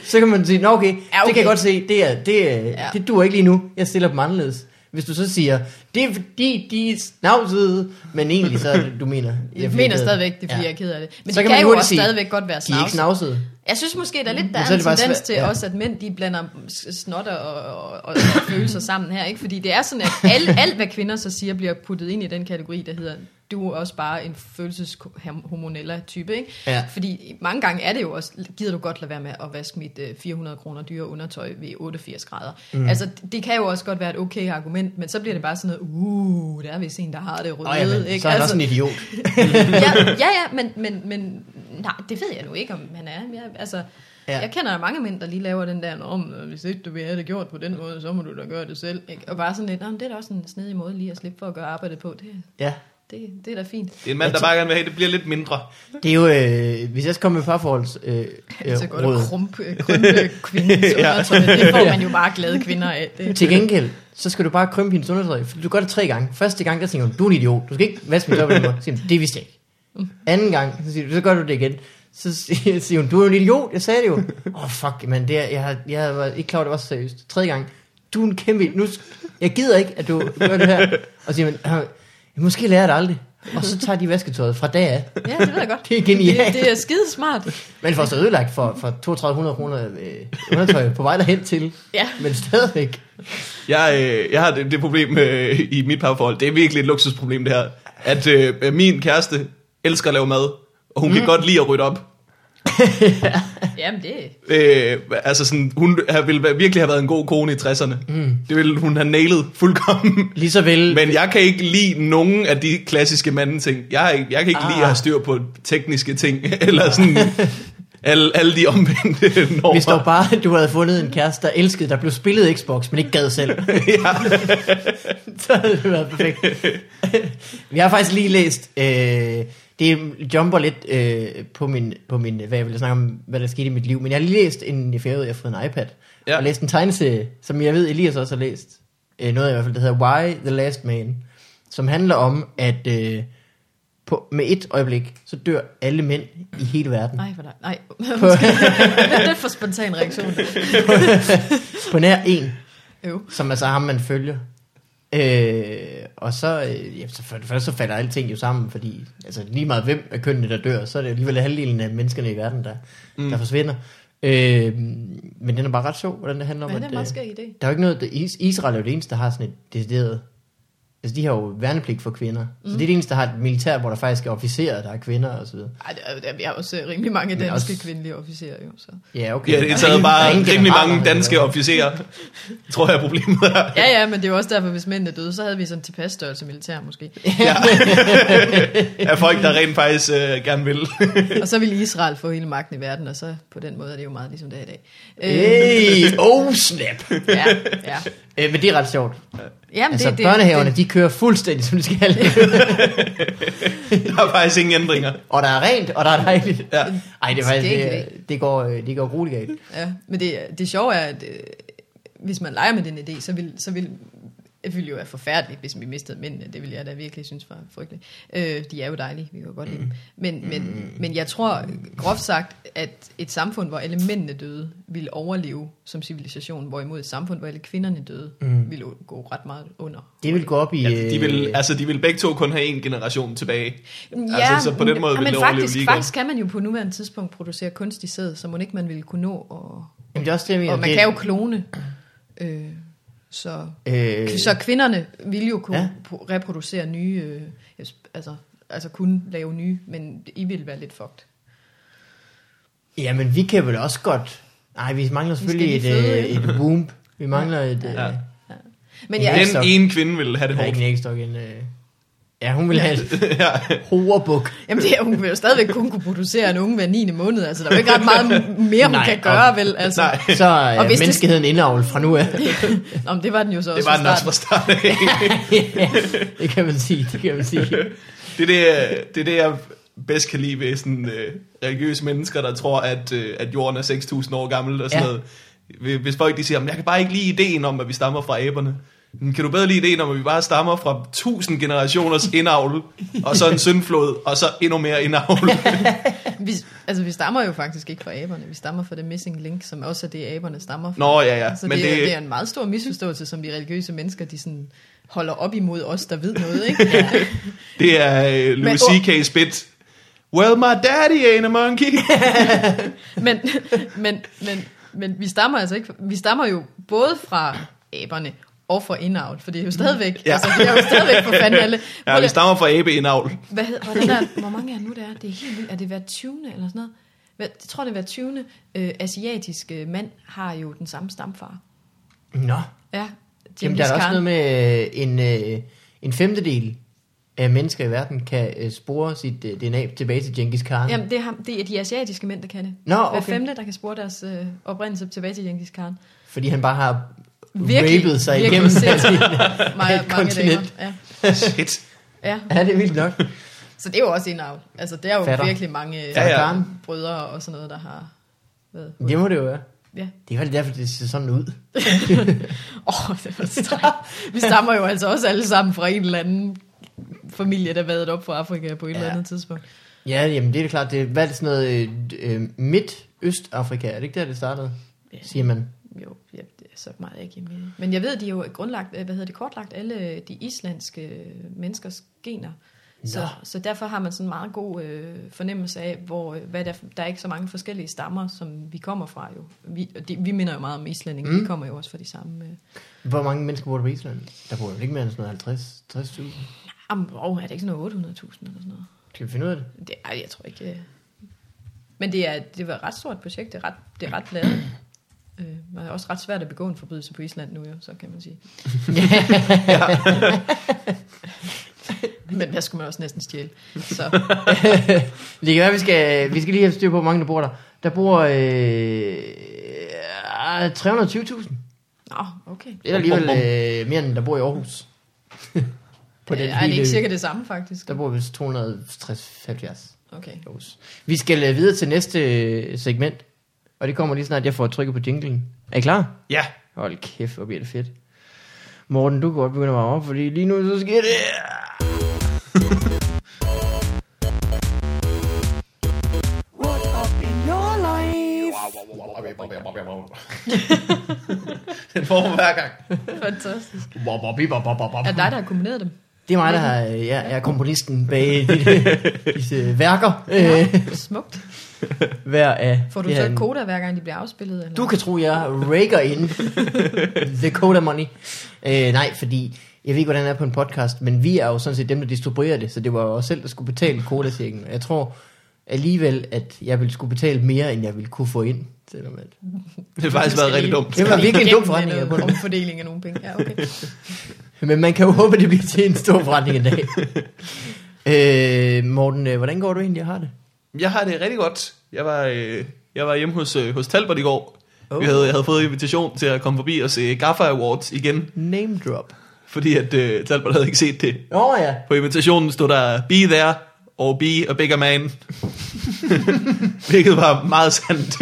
[SPEAKER 1] så kan man sige, nå okay, ja, okay. det
[SPEAKER 3] okay.
[SPEAKER 1] kan jeg godt se, det, er, det, er, ja. det duer ikke lige nu, jeg stiller dem anderledes. Hvis du så siger, det er fordi, de er snavsede, men egentlig så er det, du mener. det er
[SPEAKER 3] Jeg
[SPEAKER 1] fordi, jeg
[SPEAKER 3] mener
[SPEAKER 1] er ked af
[SPEAKER 3] stadigvæk, det er fordi, ja. jeg er ked af det. Men
[SPEAKER 1] Så
[SPEAKER 3] så
[SPEAKER 1] kan
[SPEAKER 3] det
[SPEAKER 1] man
[SPEAKER 3] kan, jo
[SPEAKER 1] hurtigt
[SPEAKER 3] også
[SPEAKER 1] sige,
[SPEAKER 3] sige, godt være
[SPEAKER 1] De er ikke
[SPEAKER 3] snavset.
[SPEAKER 1] snavsede.
[SPEAKER 3] Jeg synes måske, der er lidt der
[SPEAKER 1] så er
[SPEAKER 3] er en
[SPEAKER 1] det bare
[SPEAKER 3] tendens
[SPEAKER 1] svært-
[SPEAKER 3] til
[SPEAKER 1] ja.
[SPEAKER 3] også, at mænd de blander s- snotter og, og, og, og følelser sammen her. Ikke? Fordi det er sådan, at alt, alt, hvad kvinder så siger, bliver puttet ind i den kategori, der hedder, du er også bare en følelseshormonella type. Ikke?
[SPEAKER 1] Ja.
[SPEAKER 3] Fordi mange gange er det jo også, gider du godt lade være med at vaske mit øh, 400 kroner dyre undertøj ved 88 grader. Mm. Altså, det- det kan jo også godt være et okay argument, men så bliver det bare sådan noget, uh, der er vist en, der har det røde.
[SPEAKER 1] Nå, ja, men,
[SPEAKER 3] ikke? Altså,
[SPEAKER 1] så er han også en idiot.
[SPEAKER 3] ja, ja, ja men, men, men nej, det ved jeg nu ikke, om han er. Jeg, altså,
[SPEAKER 1] Ja.
[SPEAKER 3] ja. jeg kender mange mænd, der lige laver den der, om hvis ikke du vil have det gjort på den måde, så må du da gøre det selv. Ikke? Og bare sådan lidt, "Nå, men det er da også en snedig måde lige at slippe for at gøre arbejdet på. Det,
[SPEAKER 1] Ja.
[SPEAKER 3] det, det er da fint.
[SPEAKER 2] Det er en mand, der bare gerne vil have, at det bliver lidt mindre.
[SPEAKER 1] Det er jo, øh, hvis jeg skal komme med parforholds øh,
[SPEAKER 3] Det er så
[SPEAKER 1] øh,
[SPEAKER 3] godt at
[SPEAKER 1] råd.
[SPEAKER 3] krumpe, krumpe kvindens
[SPEAKER 2] Ja.
[SPEAKER 3] undertøj. Det får man jo bare glade kvinder af. Det.
[SPEAKER 1] Til gengæld, så skal du bare krympe hendes undertøj. For du gør det tre gange. Første gang, der tænker hun, du er en idiot. Du skal ikke vaske mit tøj på den måde. Så Siger hun, det vidste jeg ikke. Anden gang, så, siger du, så gør du det igen. Så siger siger hun, du er jo en idiot. Jeg sagde det jo. Åh, oh, fuck, man. Det er, jeg, har- jeg var ikke klar, over, det var så seriøst. Tredje gang, du er en kæmpe... Nu, sk- jeg gider ikke, at du gør det her. Og siger man, "Ah, måske lærer jeg det aldrig. Og så tager de vasketøjet fra dag af.
[SPEAKER 3] Ja, det ved jeg godt.
[SPEAKER 1] Det er genialt.
[SPEAKER 3] Det, det er skidesmart.
[SPEAKER 1] Man får så ødelagt for, for 3200 kroner øh, undertøj på vej derhen til.
[SPEAKER 3] Ja.
[SPEAKER 1] Men stadigvæk.
[SPEAKER 2] Jeg, øh, jeg har det, det problem øh, i mit parforhold. Det er virkelig et luksusproblem, det her. At øh, min kæreste elsker at lave mad, og hun mm. kan godt lide at rydde op.
[SPEAKER 3] Jamen det,
[SPEAKER 2] Øh, altså sådan, hun har- ville være- virkelig have været en god kone i 60'erne. Mm. Det ville hun have nailet fuldkommen.
[SPEAKER 1] Lige så vel.
[SPEAKER 2] Men jeg kan ikke lide nogen af de klassiske mandeting. Jeg, har ikke- jeg kan ikke ah. lide at have styr på tekniske ting, eller sådan alle, alle de omvendte normer.
[SPEAKER 1] Hvis dog bare, at du havde fundet en kæreste, der elskede, der blev spillet Xbox, men ikke gad selv. så havde det været perfekt. jeg har faktisk lige læst, øh, det jumper lidt øh, på, min, på min, hvad jeg ville snakke om, hvad der skete i mit liv, men jeg har lige læst, inden jeg færede, jeg har fået en iPad,
[SPEAKER 2] Ja.
[SPEAKER 1] ja. og læst en tegneserie, som jeg ved, Elias også har læst. Øh, noget i hvert fald, der hedder Why the Last Man, som handler om, at øh, på, med et øjeblik, så dør alle mænd i hele verden.
[SPEAKER 3] nej, for dig. Nej, undskyld. det er for spontan reaktion.
[SPEAKER 1] På nær en.
[SPEAKER 3] Jo.
[SPEAKER 1] som er så ham, man følger. Øh, og så, øh, ja, så for det første så falder alting jo sammen, fordi altså, lige meget hvem af kønnene, der dør, så er det alligevel halvdelen af menneskerne i verden, der, mm. der forsvinder. Øh, men den er bare ret sjov, hvordan det handler om,
[SPEAKER 3] Men det er en
[SPEAKER 1] at,
[SPEAKER 3] meget
[SPEAKER 1] øh,
[SPEAKER 3] skæg idé.
[SPEAKER 1] der er jo ikke noget, der, Is- Israel er jo det eneste, der har sådan et decideret, altså de har jo værnepligt for kvinder, mm. så det er det eneste, der har et militær, hvor der faktisk er officerer, der er kvinder og så videre.
[SPEAKER 3] Ej, der, er- der, vi har også øh, rimelig mange
[SPEAKER 1] Men
[SPEAKER 3] danske
[SPEAKER 1] også-
[SPEAKER 3] også... kvindelige officerer jo, så.
[SPEAKER 1] Ja, okay.
[SPEAKER 2] Ja,
[SPEAKER 1] Der
[SPEAKER 2] det
[SPEAKER 1] er
[SPEAKER 2] er taget
[SPEAKER 1] ingen- der
[SPEAKER 2] bare
[SPEAKER 1] er ingen
[SPEAKER 2] rimelig
[SPEAKER 1] generaler,
[SPEAKER 2] mange
[SPEAKER 1] der
[SPEAKER 2] danske
[SPEAKER 1] dør.
[SPEAKER 2] officerer, tror jeg, problemet er.
[SPEAKER 3] Ja, ja, men det er jo også derfor, hvis mændene døde, så havde vi sådan tilpas størrelse militær måske.
[SPEAKER 2] af folk, der rent faktisk øh, gerne vil.
[SPEAKER 3] Og så ville Israel få hele magten i verden, og så på den måde er det jo meget ligesom det er i dag.
[SPEAKER 1] Hey,
[SPEAKER 3] Øh.
[SPEAKER 1] oh snap.
[SPEAKER 3] ja, ja.
[SPEAKER 1] Øh, men det er ret sjovt.
[SPEAKER 3] Jamen,
[SPEAKER 1] Altså, det, det, børnehaverne, de kører fuldstændig, som de skal.
[SPEAKER 2] Der er faktisk ingen ændringer.
[SPEAKER 1] og der er rent, og der er dejligt.
[SPEAKER 2] Ja.
[SPEAKER 1] Ej, det, er faktisk,
[SPEAKER 3] Skægt,
[SPEAKER 1] det, det, går, øh, det går roligt galt.
[SPEAKER 3] Ja, men det, det sjove er, at øh, hvis man leger med den idé, så vil, så vil Det ville jo være forfærdeligt, hvis vi mistede mændene. Det ville jeg da virkelig synes var frygteligt. Øh, de er jo dejlige, vi kan jo godt lide dem. Men, men, men jeg tror groft sagt, at et samfund, hvor alle mændene døde, ville overleve som civilisation, hvorimod et samfund, hvor alle kvinderne døde, mm. ville jo gå ret meget under.
[SPEAKER 1] Det vil gå op i...
[SPEAKER 2] Ja, de, vil,
[SPEAKER 1] øh,
[SPEAKER 2] altså, de vil begge to kun have en generation tilbage.
[SPEAKER 3] Ja,
[SPEAKER 2] altså, så på den måde
[SPEAKER 3] ja,
[SPEAKER 2] vil
[SPEAKER 3] men
[SPEAKER 2] det overleve
[SPEAKER 3] faktisk,
[SPEAKER 2] lige
[SPEAKER 3] faktisk kan man jo på nuværende tidspunkt producere kunstig sæd, så må ikke man ville kunne nå. Og,
[SPEAKER 1] jamen, det er også det, jeg mener.
[SPEAKER 3] og man
[SPEAKER 1] det,
[SPEAKER 3] kan jo klone. Øh, så
[SPEAKER 1] Øh,
[SPEAKER 3] Så kvinderne ville jo kunne
[SPEAKER 1] Ja.
[SPEAKER 3] ja. reproducere nye, øh, jeg sp- altså, altså kunne lave nye, men I ville være lidt fucked.
[SPEAKER 1] jamen, vi kan vel også godt... Nej, vi mangler
[SPEAKER 3] skal
[SPEAKER 1] selvfølgelig et,
[SPEAKER 3] lige føde,
[SPEAKER 1] øh, et womb. Vi mangler et... Øh,
[SPEAKER 2] Ja.
[SPEAKER 1] ja.
[SPEAKER 3] Men
[SPEAKER 1] Ja,
[SPEAKER 3] jeg,
[SPEAKER 2] Den
[SPEAKER 1] så-
[SPEAKER 2] ene kvinde vil have det
[SPEAKER 1] Der er ikke en
[SPEAKER 2] hårdt.
[SPEAKER 1] ægstok, en... Øh, ja, hun vil have et horebuk.
[SPEAKER 3] jamen det, er- hun vil jo stadigvæk kun kunne producere en unge hver 9. måned, altså der er jo ikke ret meget mere, hun
[SPEAKER 1] Nej,
[SPEAKER 3] Nej, kan gøre, vel? Altså,
[SPEAKER 2] Nej.
[SPEAKER 1] Så er
[SPEAKER 3] Og
[SPEAKER 1] øh,
[SPEAKER 3] hvis det-
[SPEAKER 1] menneskeheden indavl fra nu af.
[SPEAKER 3] Nå, men det var den jo så
[SPEAKER 2] Det
[SPEAKER 3] også
[SPEAKER 2] var
[SPEAKER 3] fra
[SPEAKER 2] den også
[SPEAKER 3] starten.
[SPEAKER 2] fra starten. af.
[SPEAKER 1] ja, det kan man sige, det kan man sige.
[SPEAKER 2] det, er det, det er det, jeg bedst kan lide ved sådan, øh, religiøse mennesker, der tror, at, øh, at jorden er 6.000 år gammel og sådan
[SPEAKER 1] Ja.
[SPEAKER 2] ja. noget. Hvis folk de siger, "Men jeg kan bare ikke lide ideen om, at vi stammer fra aberne. Men Kan du bedre lide ideen om, at vi bare stammer fra 1000 generationers indavl, og så en syndflod, og så endnu mere indavl?
[SPEAKER 3] Vi, altså vi stammer jo faktisk ikke fra aberne, vi stammer fra The Missing Link, som også er det, aberne stammer fra.
[SPEAKER 2] Nå ja, ja.
[SPEAKER 3] Så
[SPEAKER 2] Men
[SPEAKER 3] det, er- det er
[SPEAKER 2] det,
[SPEAKER 3] en meget stor misforståelse, som de religiøse mennesker, de sådan holder op imod os, der ved noget, ikke?
[SPEAKER 2] det er øh,
[SPEAKER 3] Men-
[SPEAKER 2] Louis C.K. spit. Well, my daddy ain't a monkey.
[SPEAKER 3] men, men, men, men vi stammer altså ikke, vi stammer jo både fra aberne og fra indavl, for det er jo stadigvæk, ja.
[SPEAKER 2] Ja.
[SPEAKER 3] altså det er jo stadigvæk for fanden alle.
[SPEAKER 2] Ja, vi stammer fra abeindavl.
[SPEAKER 3] Hvad, hed- hvordan er, hvor mange er nu, der er? Det er helt vildt. Er det hver 20. eller sådan noget? Hvad, jeg tror, det er hver 20. Øh, asiatisk øh, mand har jo den samme stamfar.
[SPEAKER 1] Nå,
[SPEAKER 3] Ja,
[SPEAKER 1] Jamen,
[SPEAKER 3] Genghis
[SPEAKER 1] der er da også noget
[SPEAKER 3] Khan.
[SPEAKER 1] med øh, en, øh, en femtedel af mennesker i verden kan øh, spore sit øh, DNA tilbage til Genghis Khan. Jamen.
[SPEAKER 3] Jamen, det er, ham, det er de asiatiske mænd, der kan det.
[SPEAKER 1] Nå,
[SPEAKER 3] Hver
[SPEAKER 1] okay.
[SPEAKER 3] femte, der kan spore deres øh, oprindelse tilbage til Genghis Khan.
[SPEAKER 1] Fordi han bare har
[SPEAKER 3] Virkelig,
[SPEAKER 1] rapet sig
[SPEAKER 3] virkelig
[SPEAKER 1] igennem.
[SPEAKER 3] sindssygt.
[SPEAKER 1] Meget,
[SPEAKER 3] Meget, mange damer.
[SPEAKER 1] kontinent.
[SPEAKER 3] Ja.
[SPEAKER 2] Shit.
[SPEAKER 3] ja,
[SPEAKER 1] Ja, det er vildt nok.
[SPEAKER 3] Så det er jo også en arv. Altså, der er jo
[SPEAKER 1] Fatter.
[SPEAKER 3] Fatter. virkelig mange
[SPEAKER 2] Ja,
[SPEAKER 3] ja,
[SPEAKER 2] ja.
[SPEAKER 3] ja. brødre og sådan noget, der har været...
[SPEAKER 1] Det må det jo være.
[SPEAKER 3] Ja.
[SPEAKER 1] Det er vel derfor, det ser sådan ud.
[SPEAKER 3] Åh, oh, det var strengt. Vi stammer jo altså også alle sammen fra en eller anden familie, der været op fra Afrika på et ja.
[SPEAKER 1] Ja.
[SPEAKER 3] eller andet tidspunkt.
[SPEAKER 1] Ja, jamen det er da klart. Det er hvad er det sådan noget øh, øh, midt-østafrika. Er det ikke der, det startede?
[SPEAKER 3] Ja.
[SPEAKER 1] Siger man.
[SPEAKER 3] Jo, ja, det er så meget jeg ikke med. Men jeg ved, de er jo grundlagt, øh, hvad hedder det, kortlagt alle de islandske øh, menneskers gener.
[SPEAKER 1] Nå.
[SPEAKER 3] Så, så derfor har man sådan en meget god øh, fornemmelse af, hvor, øh, hvad der, der er ikke så mange forskellige stammer, som vi kommer fra jo. Vi, og det, vi minder jo meget om islændinge, mm. vi kommer jo også fra de samme... Øh,
[SPEAKER 1] Hvor mange mennesker bor der på Island? Der bor jo ikke mere end sådan noget 50 60.000.
[SPEAKER 3] Jamen, wow, er det ikke sådan noget 800.000 eller sådan noget?
[SPEAKER 1] Skal vi finde ud af det?
[SPEAKER 3] Det, ej, jeg tror ikke. øh. Men det, er, det var et ret stort projekt. Det er ret, det er ret lavet. Øh, man er også ret svært at begå en forbrydelse på Island nu, jo, så kan man sige. Men hvad skulle man også næsten stjæle? Så,
[SPEAKER 1] Det kan være, vi skal, vi skal lige have styr på, hvor mange der bor der. Der bor øh, 320.000.
[SPEAKER 3] nå, okay.
[SPEAKER 1] Det er der alligevel øh, mere, end der bor i Aarhus. på den
[SPEAKER 3] Øh, Ej, det er
[SPEAKER 1] lille ø.
[SPEAKER 3] ikke cirka det samme, faktisk.
[SPEAKER 1] Der bor vist 260
[SPEAKER 3] Okay.
[SPEAKER 1] Aarhus. Vi skal øh, videre til næste øh, segment. Og det kommer lige snart, jeg får trykket på jinglen. Er I klar?
[SPEAKER 2] Ja,
[SPEAKER 1] Hold kæft, hvor bliver det fedt. Morten, du kan godt begynde at varme op, fordi lige nu så sker det...
[SPEAKER 4] What up in your life?
[SPEAKER 2] den får man hver gang.
[SPEAKER 3] Fantastisk. Er det dig, der har kombineret dem?
[SPEAKER 1] Det er mig, der har, øh, ja, jeg er komponisten bag disse, disse værker. Øh,
[SPEAKER 3] Smukt.
[SPEAKER 1] hver af
[SPEAKER 3] Får du
[SPEAKER 1] det her
[SPEAKER 3] så
[SPEAKER 1] en-
[SPEAKER 3] koder, hver gang de bliver afspillet? Eller?
[SPEAKER 1] Du kan tro, jeg rager ind. The Coda Money. Øh, nej, fordi jeg ved ikke, hvordan det er på en podcast, men vi er jo sådan set dem, der distribuerer det, så det var jo os selv, der skulle betale coda -cirken. Jeg tror alligevel, at jeg ville skulle betale mere, end jeg ville kunne få ind. Selvom at...
[SPEAKER 2] Det har faktisk været rigtig dumt.
[SPEAKER 1] Det var virkelig en dum forretning, jeg
[SPEAKER 3] Jeg
[SPEAKER 1] har bundet.
[SPEAKER 3] omfordeling af nogle penge. Ja, okay.
[SPEAKER 1] Men man kan jo håbe, at det bliver til en stor forretning en dag. øh, Morten, øh, hvordan går du egentlig og har det?
[SPEAKER 2] Jeg har det rigtig godt. Jeg var, øh, jeg var hjemme hos, øh, hos Talbot i går.
[SPEAKER 1] Oh.
[SPEAKER 2] Oh. Jeg, havde, jeg havde fået invitation til at komme forbi og se Gaffa Awards igen,
[SPEAKER 1] Name drop.
[SPEAKER 2] fordi at, øh, Talbot havde ikke set det.
[SPEAKER 1] Åh oh, ja.
[SPEAKER 2] På invitationen stod der, be there, or be a bigger man. Hvilket var meget sandt.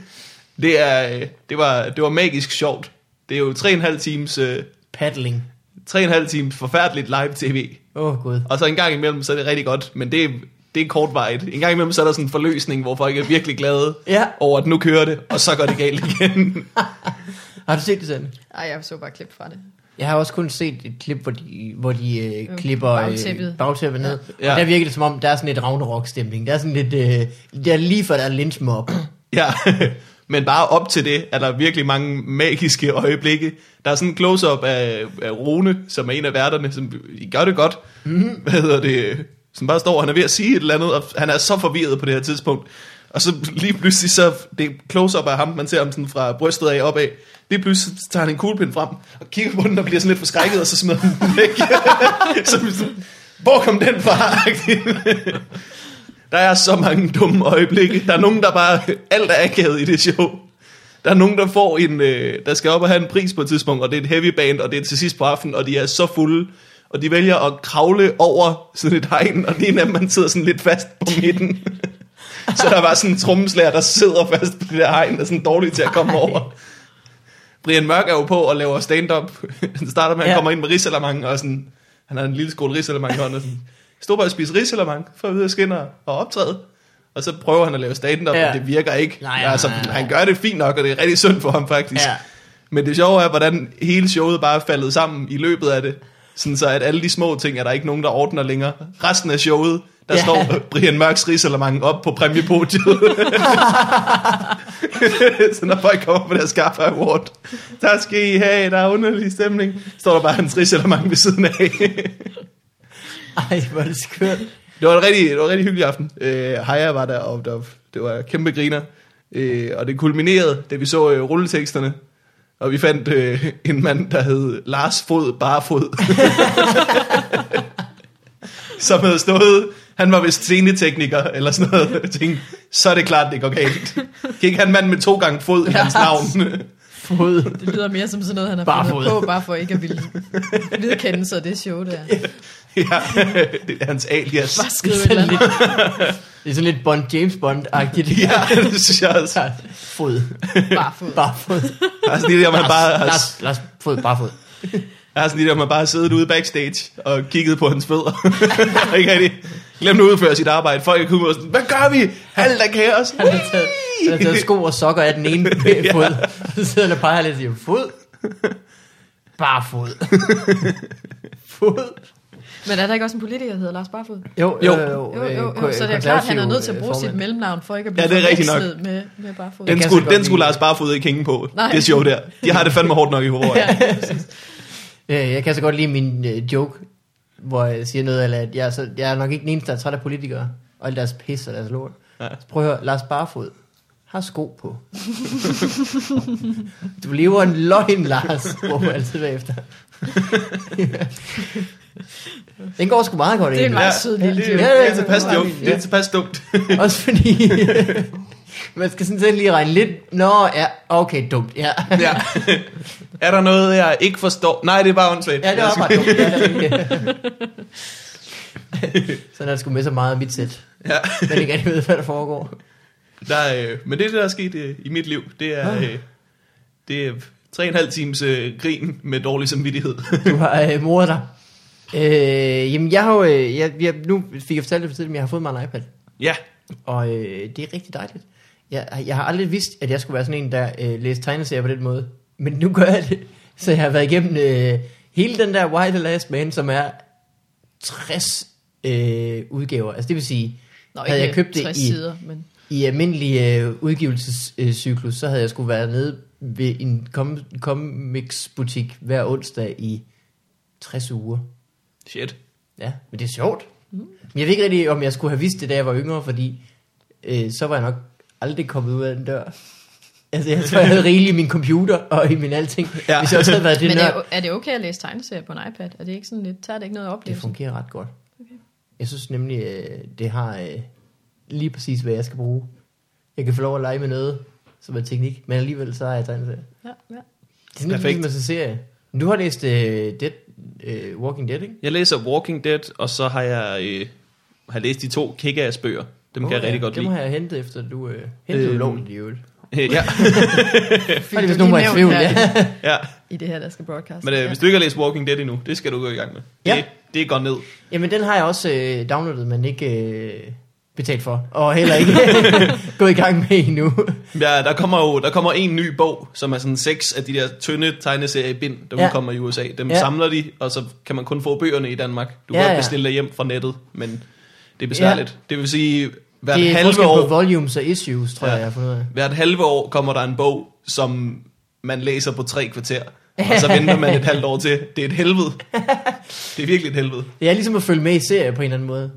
[SPEAKER 2] det, er, øh, det, var, det var magisk sjovt. Det er jo 3,5 times øh,
[SPEAKER 1] Paddling.
[SPEAKER 2] Tre og en halv time forfærdeligt live tv.
[SPEAKER 1] Åh, oh, gud.
[SPEAKER 2] Og så en gang imellem, så er det rigtig godt, men det, er- det er kortvarigt. En gang imellem, så er der sådan en forløsning, hvor folk er virkelig glade
[SPEAKER 1] Ja.
[SPEAKER 2] over, at nu kører det, og så går det galt igen.
[SPEAKER 1] Har du set det, Sande?
[SPEAKER 3] Ej, jeg så bare klip fra det.
[SPEAKER 1] Jeg har også kun set et klip, hvor de, hvor de øh,
[SPEAKER 3] Øh,
[SPEAKER 1] klipper
[SPEAKER 3] bagtæppet.
[SPEAKER 1] bagtæppet, bagtæppet ned.
[SPEAKER 2] Ja.
[SPEAKER 1] Ja. Og der virker det som om, der er sådan lidt Ragnarok-stemning. Der er sådan lidt, øh, der er lige før, der er lynchmob.
[SPEAKER 2] Ja, men bare op til det er der virkelig mange magiske øjeblikke. Der er sådan en close-up af, af Rune, som er en af værterne, som gør det godt. Mm-hmm. Hvad hedder det? Som bare står, han er ved at sige et eller andet, og han er så forvirret på det her tidspunkt. Og så lige pludselig, så det er close-up af ham, man ser ham sådan fra brystet af opad. Lige pludselig så tager han en kuglepind frem, og kigger på den, og bliver sådan lidt forskrækket, og så smider han den væk. så, bliver sådan, hvor kom den fra? Der er så mange dumme øjeblikke. Der er nogen, der bare... Alt er akavet i det show. Der er nogen, der får en... Øh, der skal op og have en pris på et tidspunkt, og det er et heavy band, og det er til sidst på aftenen, og de er så fulde. Og de vælger at kravle over sådan et hegn, og den ene af dem, man sidder sådan lidt fast på midten. så der var sådan en trommeslager, der sidder fast på det der hegn, og er sådan dårlig til at komme over. Brian Mørk er jo på og laver stand-up. Han starter med, at han
[SPEAKER 1] Ja.
[SPEAKER 2] kommer ind med risalamang, og sådan... Han har en lille skål risalamang i hånden, og sådan... Jeg stod bare og spiste risalamang for at vide at skinner og optræde. Og så prøver han at lave stand-up, ja.
[SPEAKER 1] Ja.
[SPEAKER 2] men det virker ikke.
[SPEAKER 1] Nej, nej,
[SPEAKER 2] altså,
[SPEAKER 1] nej, nej.
[SPEAKER 2] Han gør det fint nok, og det er rigtig synd for ham faktisk.
[SPEAKER 1] Ja.
[SPEAKER 2] Men det sjove er, hvordan hele showet bare er faldet sammen i løbet af det. Sådan så at alle de små ting, er der ikke nogen, der ordner længere. Resten af showet, der ja.
[SPEAKER 1] Ja.
[SPEAKER 2] står Brian Mørks risalamang op på præmiepodiet. så når folk kommer på deres Scarpa Award, der skal I have, der er underlig stemning. Står der bare hans risalamang ved siden af.
[SPEAKER 1] Ej, hvor er det skørt.
[SPEAKER 2] Det var en rigtig, det var en rigtig hyggelig aften. Øh, Haya var der, og der, det var kæmpe griner. Øh, og det kulminerede, da vi så øh, rulleteksterne. Og vi fandt øh, en mand, der hed Lars Fod Barfod. som havde stået, han var vist scenetekniker eller sådan noget. Jeg tænkte, så er det klart, det går galt. Gik han mand med to gange fod i hans navn.
[SPEAKER 1] Fod.
[SPEAKER 3] Det lyder mere som sådan noget, han har
[SPEAKER 1] Bare
[SPEAKER 3] bare fundet
[SPEAKER 1] fod.
[SPEAKER 3] på, bare for ikke at ville vedkende sig det show der.
[SPEAKER 2] ja, det er hans alias.
[SPEAKER 3] Bare
[SPEAKER 1] Det
[SPEAKER 3] skrive
[SPEAKER 1] er
[SPEAKER 3] et eller
[SPEAKER 1] sådan
[SPEAKER 3] andet.
[SPEAKER 1] lidt, det er sådan lidt Bond, James Bond-agtigt.
[SPEAKER 2] Ja, det synes jeg også.
[SPEAKER 1] Ja. Fod.
[SPEAKER 3] Bare fod.
[SPEAKER 1] Bare fod.
[SPEAKER 2] Altså, det er der, man
[SPEAKER 1] Lars,
[SPEAKER 2] bare har
[SPEAKER 1] Lars, Lars, fod, bare fod.
[SPEAKER 2] Jeg har sådan lige der, man bare siddet ude backstage og kigget på hans fødder. Og ikke rigtig glemt at udføre sit arbejde. Folk er kommet og sådan, hvad gør vi? Halv af kaos.
[SPEAKER 1] Han har taget, han har taget sko og sokker af den ene
[SPEAKER 2] Ja.
[SPEAKER 1] fod. Så sidder han og peger lidt og siger, fod. Bare fod. fod.
[SPEAKER 3] Men er der ikke også en politiker, der hedder Lars Barfod?
[SPEAKER 1] Jo,
[SPEAKER 2] Jo.
[SPEAKER 1] jo, jo,
[SPEAKER 3] Jo,
[SPEAKER 1] øh,
[SPEAKER 3] jo, jo.
[SPEAKER 1] kon-
[SPEAKER 3] Så det er klart, at han er
[SPEAKER 1] konservativ,
[SPEAKER 3] nødt til at
[SPEAKER 1] øh,
[SPEAKER 3] bruge sit
[SPEAKER 1] formand.
[SPEAKER 3] mellemnavn, for ikke at
[SPEAKER 2] Ja,
[SPEAKER 3] blive
[SPEAKER 2] det er rigtigt nok.
[SPEAKER 3] forvekslet med, med Barfod.
[SPEAKER 1] kan
[SPEAKER 2] Den
[SPEAKER 1] så
[SPEAKER 2] skulle,
[SPEAKER 1] godt
[SPEAKER 2] den skulle
[SPEAKER 1] lide.
[SPEAKER 2] Lars Barfod ikke hænge på.
[SPEAKER 3] Nej.
[SPEAKER 2] Det show der. De har det fandme hårdt nok i hovedet. Ja.
[SPEAKER 1] Øh, Jeg kan så godt lide min øh, joke, hvor jeg siger noget, eller at jeg, er så, jeg er nok ikke den eneste, der er træt af politikere, og alt deres pis og deres lort.
[SPEAKER 2] Ja.
[SPEAKER 1] Ja. Så prøv at høre, Lars Barfod har sko på. du lever en løgn, Lars, råber jeg altid bagefter. Den går sgu meget godt
[SPEAKER 3] Det er en
[SPEAKER 1] egentlig.
[SPEAKER 3] meget sød lille
[SPEAKER 2] det,
[SPEAKER 3] joke.
[SPEAKER 2] det er tilpas
[SPEAKER 1] Ja,
[SPEAKER 2] dumt.
[SPEAKER 1] ja.
[SPEAKER 2] Det er tilpas dumt.
[SPEAKER 1] Også fordi... man skal sådan set lige regne lidt... Nå, ja, okay, dumt, ja.
[SPEAKER 2] Ja. Er der noget, jeg ikke forstår? Nej, det er bare åndssvagt.
[SPEAKER 1] Ja, det var bare dumt. Ja, det er rigtigt. Sådan er det sgu med så meget af mit sæt.
[SPEAKER 2] Ja.
[SPEAKER 1] Men ikke rigtig ved, hvad der foregår.
[SPEAKER 2] Der, er, øh, men det, der er sket øh, i mit liv, det er...
[SPEAKER 1] Ah.
[SPEAKER 2] Øh, det er tre og en halv times øh, grin med dårlig samvittighed.
[SPEAKER 1] Du har øh, mordet dig. Øh, jamen, jeg har jo... Øh, jeg, jeg, nu fik jeg fortalt det for tidligt, men jeg har fået mig en iPad.
[SPEAKER 2] ja,
[SPEAKER 1] Og øh, det er rigtig dejligt. Jeg, jeg har aldrig vidst, at jeg skulle være sådan en, der øh, læste tegneserier på den måde. Men nu gør jeg det. Så jeg har været igennem øh, hele den der Why the Last Man, som er 60 øh, udgaver. Altså det vil sige, Nå, havde jeg købt det
[SPEAKER 3] 60
[SPEAKER 1] i,
[SPEAKER 3] sider, men
[SPEAKER 1] i almindelig øh, udgivelsescyklus, så havde jeg skulle være nede ved en com- comics-butik hver onsdag i 60 uger.
[SPEAKER 2] shit.
[SPEAKER 1] Ja, men det er sjovt. Mm. Men jeg ved ikke rigtig, om jeg skulle have vidst det, da jeg var yngre, fordi øh, så var jeg nok aldrig kommet ud af den dør. Altså, jeg tror, jeg havde rigeligt i min computer og i min alting,
[SPEAKER 2] Ja.
[SPEAKER 1] ja. øh, hvis jeg også havde været det
[SPEAKER 3] men
[SPEAKER 1] nørd.
[SPEAKER 3] er, det- er det okay at læse tegneserier på en iPad? Er det ikke sådan lidt, tager det ikke noget
[SPEAKER 1] Det
[SPEAKER 3] oplevelse?
[SPEAKER 1] fungerer ret godt. Jeg synes nemlig, øh, det har øh, lige præcis, hvad jeg skal bruge. Jeg kan få lov at lege med noget, som er teknik, men alligevel så har jeg tegneserier.
[SPEAKER 3] Ja, ja.
[SPEAKER 1] Det er sådan lidt
[SPEAKER 2] Perfekt.
[SPEAKER 1] ligesom at se serie. Men Du har læst øh, Dead, øh, Walking Dead, ikke?
[SPEAKER 2] Jeg læser Walking Dead, og så har jeg øh, har læst de to Kick-Ass bøger. Dem oh, kan jeg
[SPEAKER 1] Åh,
[SPEAKER 2] rigtig
[SPEAKER 1] ja,
[SPEAKER 2] godt
[SPEAKER 1] dem
[SPEAKER 2] lide.
[SPEAKER 1] har jeg hentet efter, du øh, hentede
[SPEAKER 2] Øhm.
[SPEAKER 1] øhm. ulovligt i øvrigt.
[SPEAKER 2] Øh, ja,
[SPEAKER 3] Fordi
[SPEAKER 1] Fordi
[SPEAKER 3] du
[SPEAKER 1] hvis
[SPEAKER 3] lige
[SPEAKER 1] nogen var i
[SPEAKER 3] nævnt
[SPEAKER 1] tvivl,
[SPEAKER 3] her
[SPEAKER 1] ja.
[SPEAKER 2] ja.
[SPEAKER 3] I det her, der skal broadcast.
[SPEAKER 2] Men øh, hvis du ikke har læst Walking Dead endnu, det skal du gå i gang med.
[SPEAKER 1] Ja.
[SPEAKER 2] Det, det går ned.
[SPEAKER 1] Jamen, den har jeg også øh, downloadet, men ikke øh, betalt for. Og heller ikke gået i gang med endnu.
[SPEAKER 2] Ja, der kommer jo der kommer en ny bog, som er sådan seks af de der tynde tegneseriebind, der
[SPEAKER 1] Ja.
[SPEAKER 2] ja. kommer i USA. Dem
[SPEAKER 1] Ja.
[SPEAKER 2] ja. samler de, og så kan man kun få bøgerne i Danmark. Du
[SPEAKER 1] Ja,
[SPEAKER 2] kan
[SPEAKER 1] ja.
[SPEAKER 2] ja. bestille dig hjem fra nettet, men det er besværligt. Ja. Det vil sige, hvert
[SPEAKER 1] det er
[SPEAKER 2] halve
[SPEAKER 1] forskel på
[SPEAKER 2] år,
[SPEAKER 1] volumes og issues, tror ja.
[SPEAKER 2] Ja.
[SPEAKER 1] jeg, jeg har fundet ud af.
[SPEAKER 2] hvert halve år kommer der en bog, som man læser på tre kvarter. Og så venter man et halvt år til. Det er et helvede. Det er virkelig et helvede.
[SPEAKER 1] Det er ligesom at følge med i serier på en eller anden måde.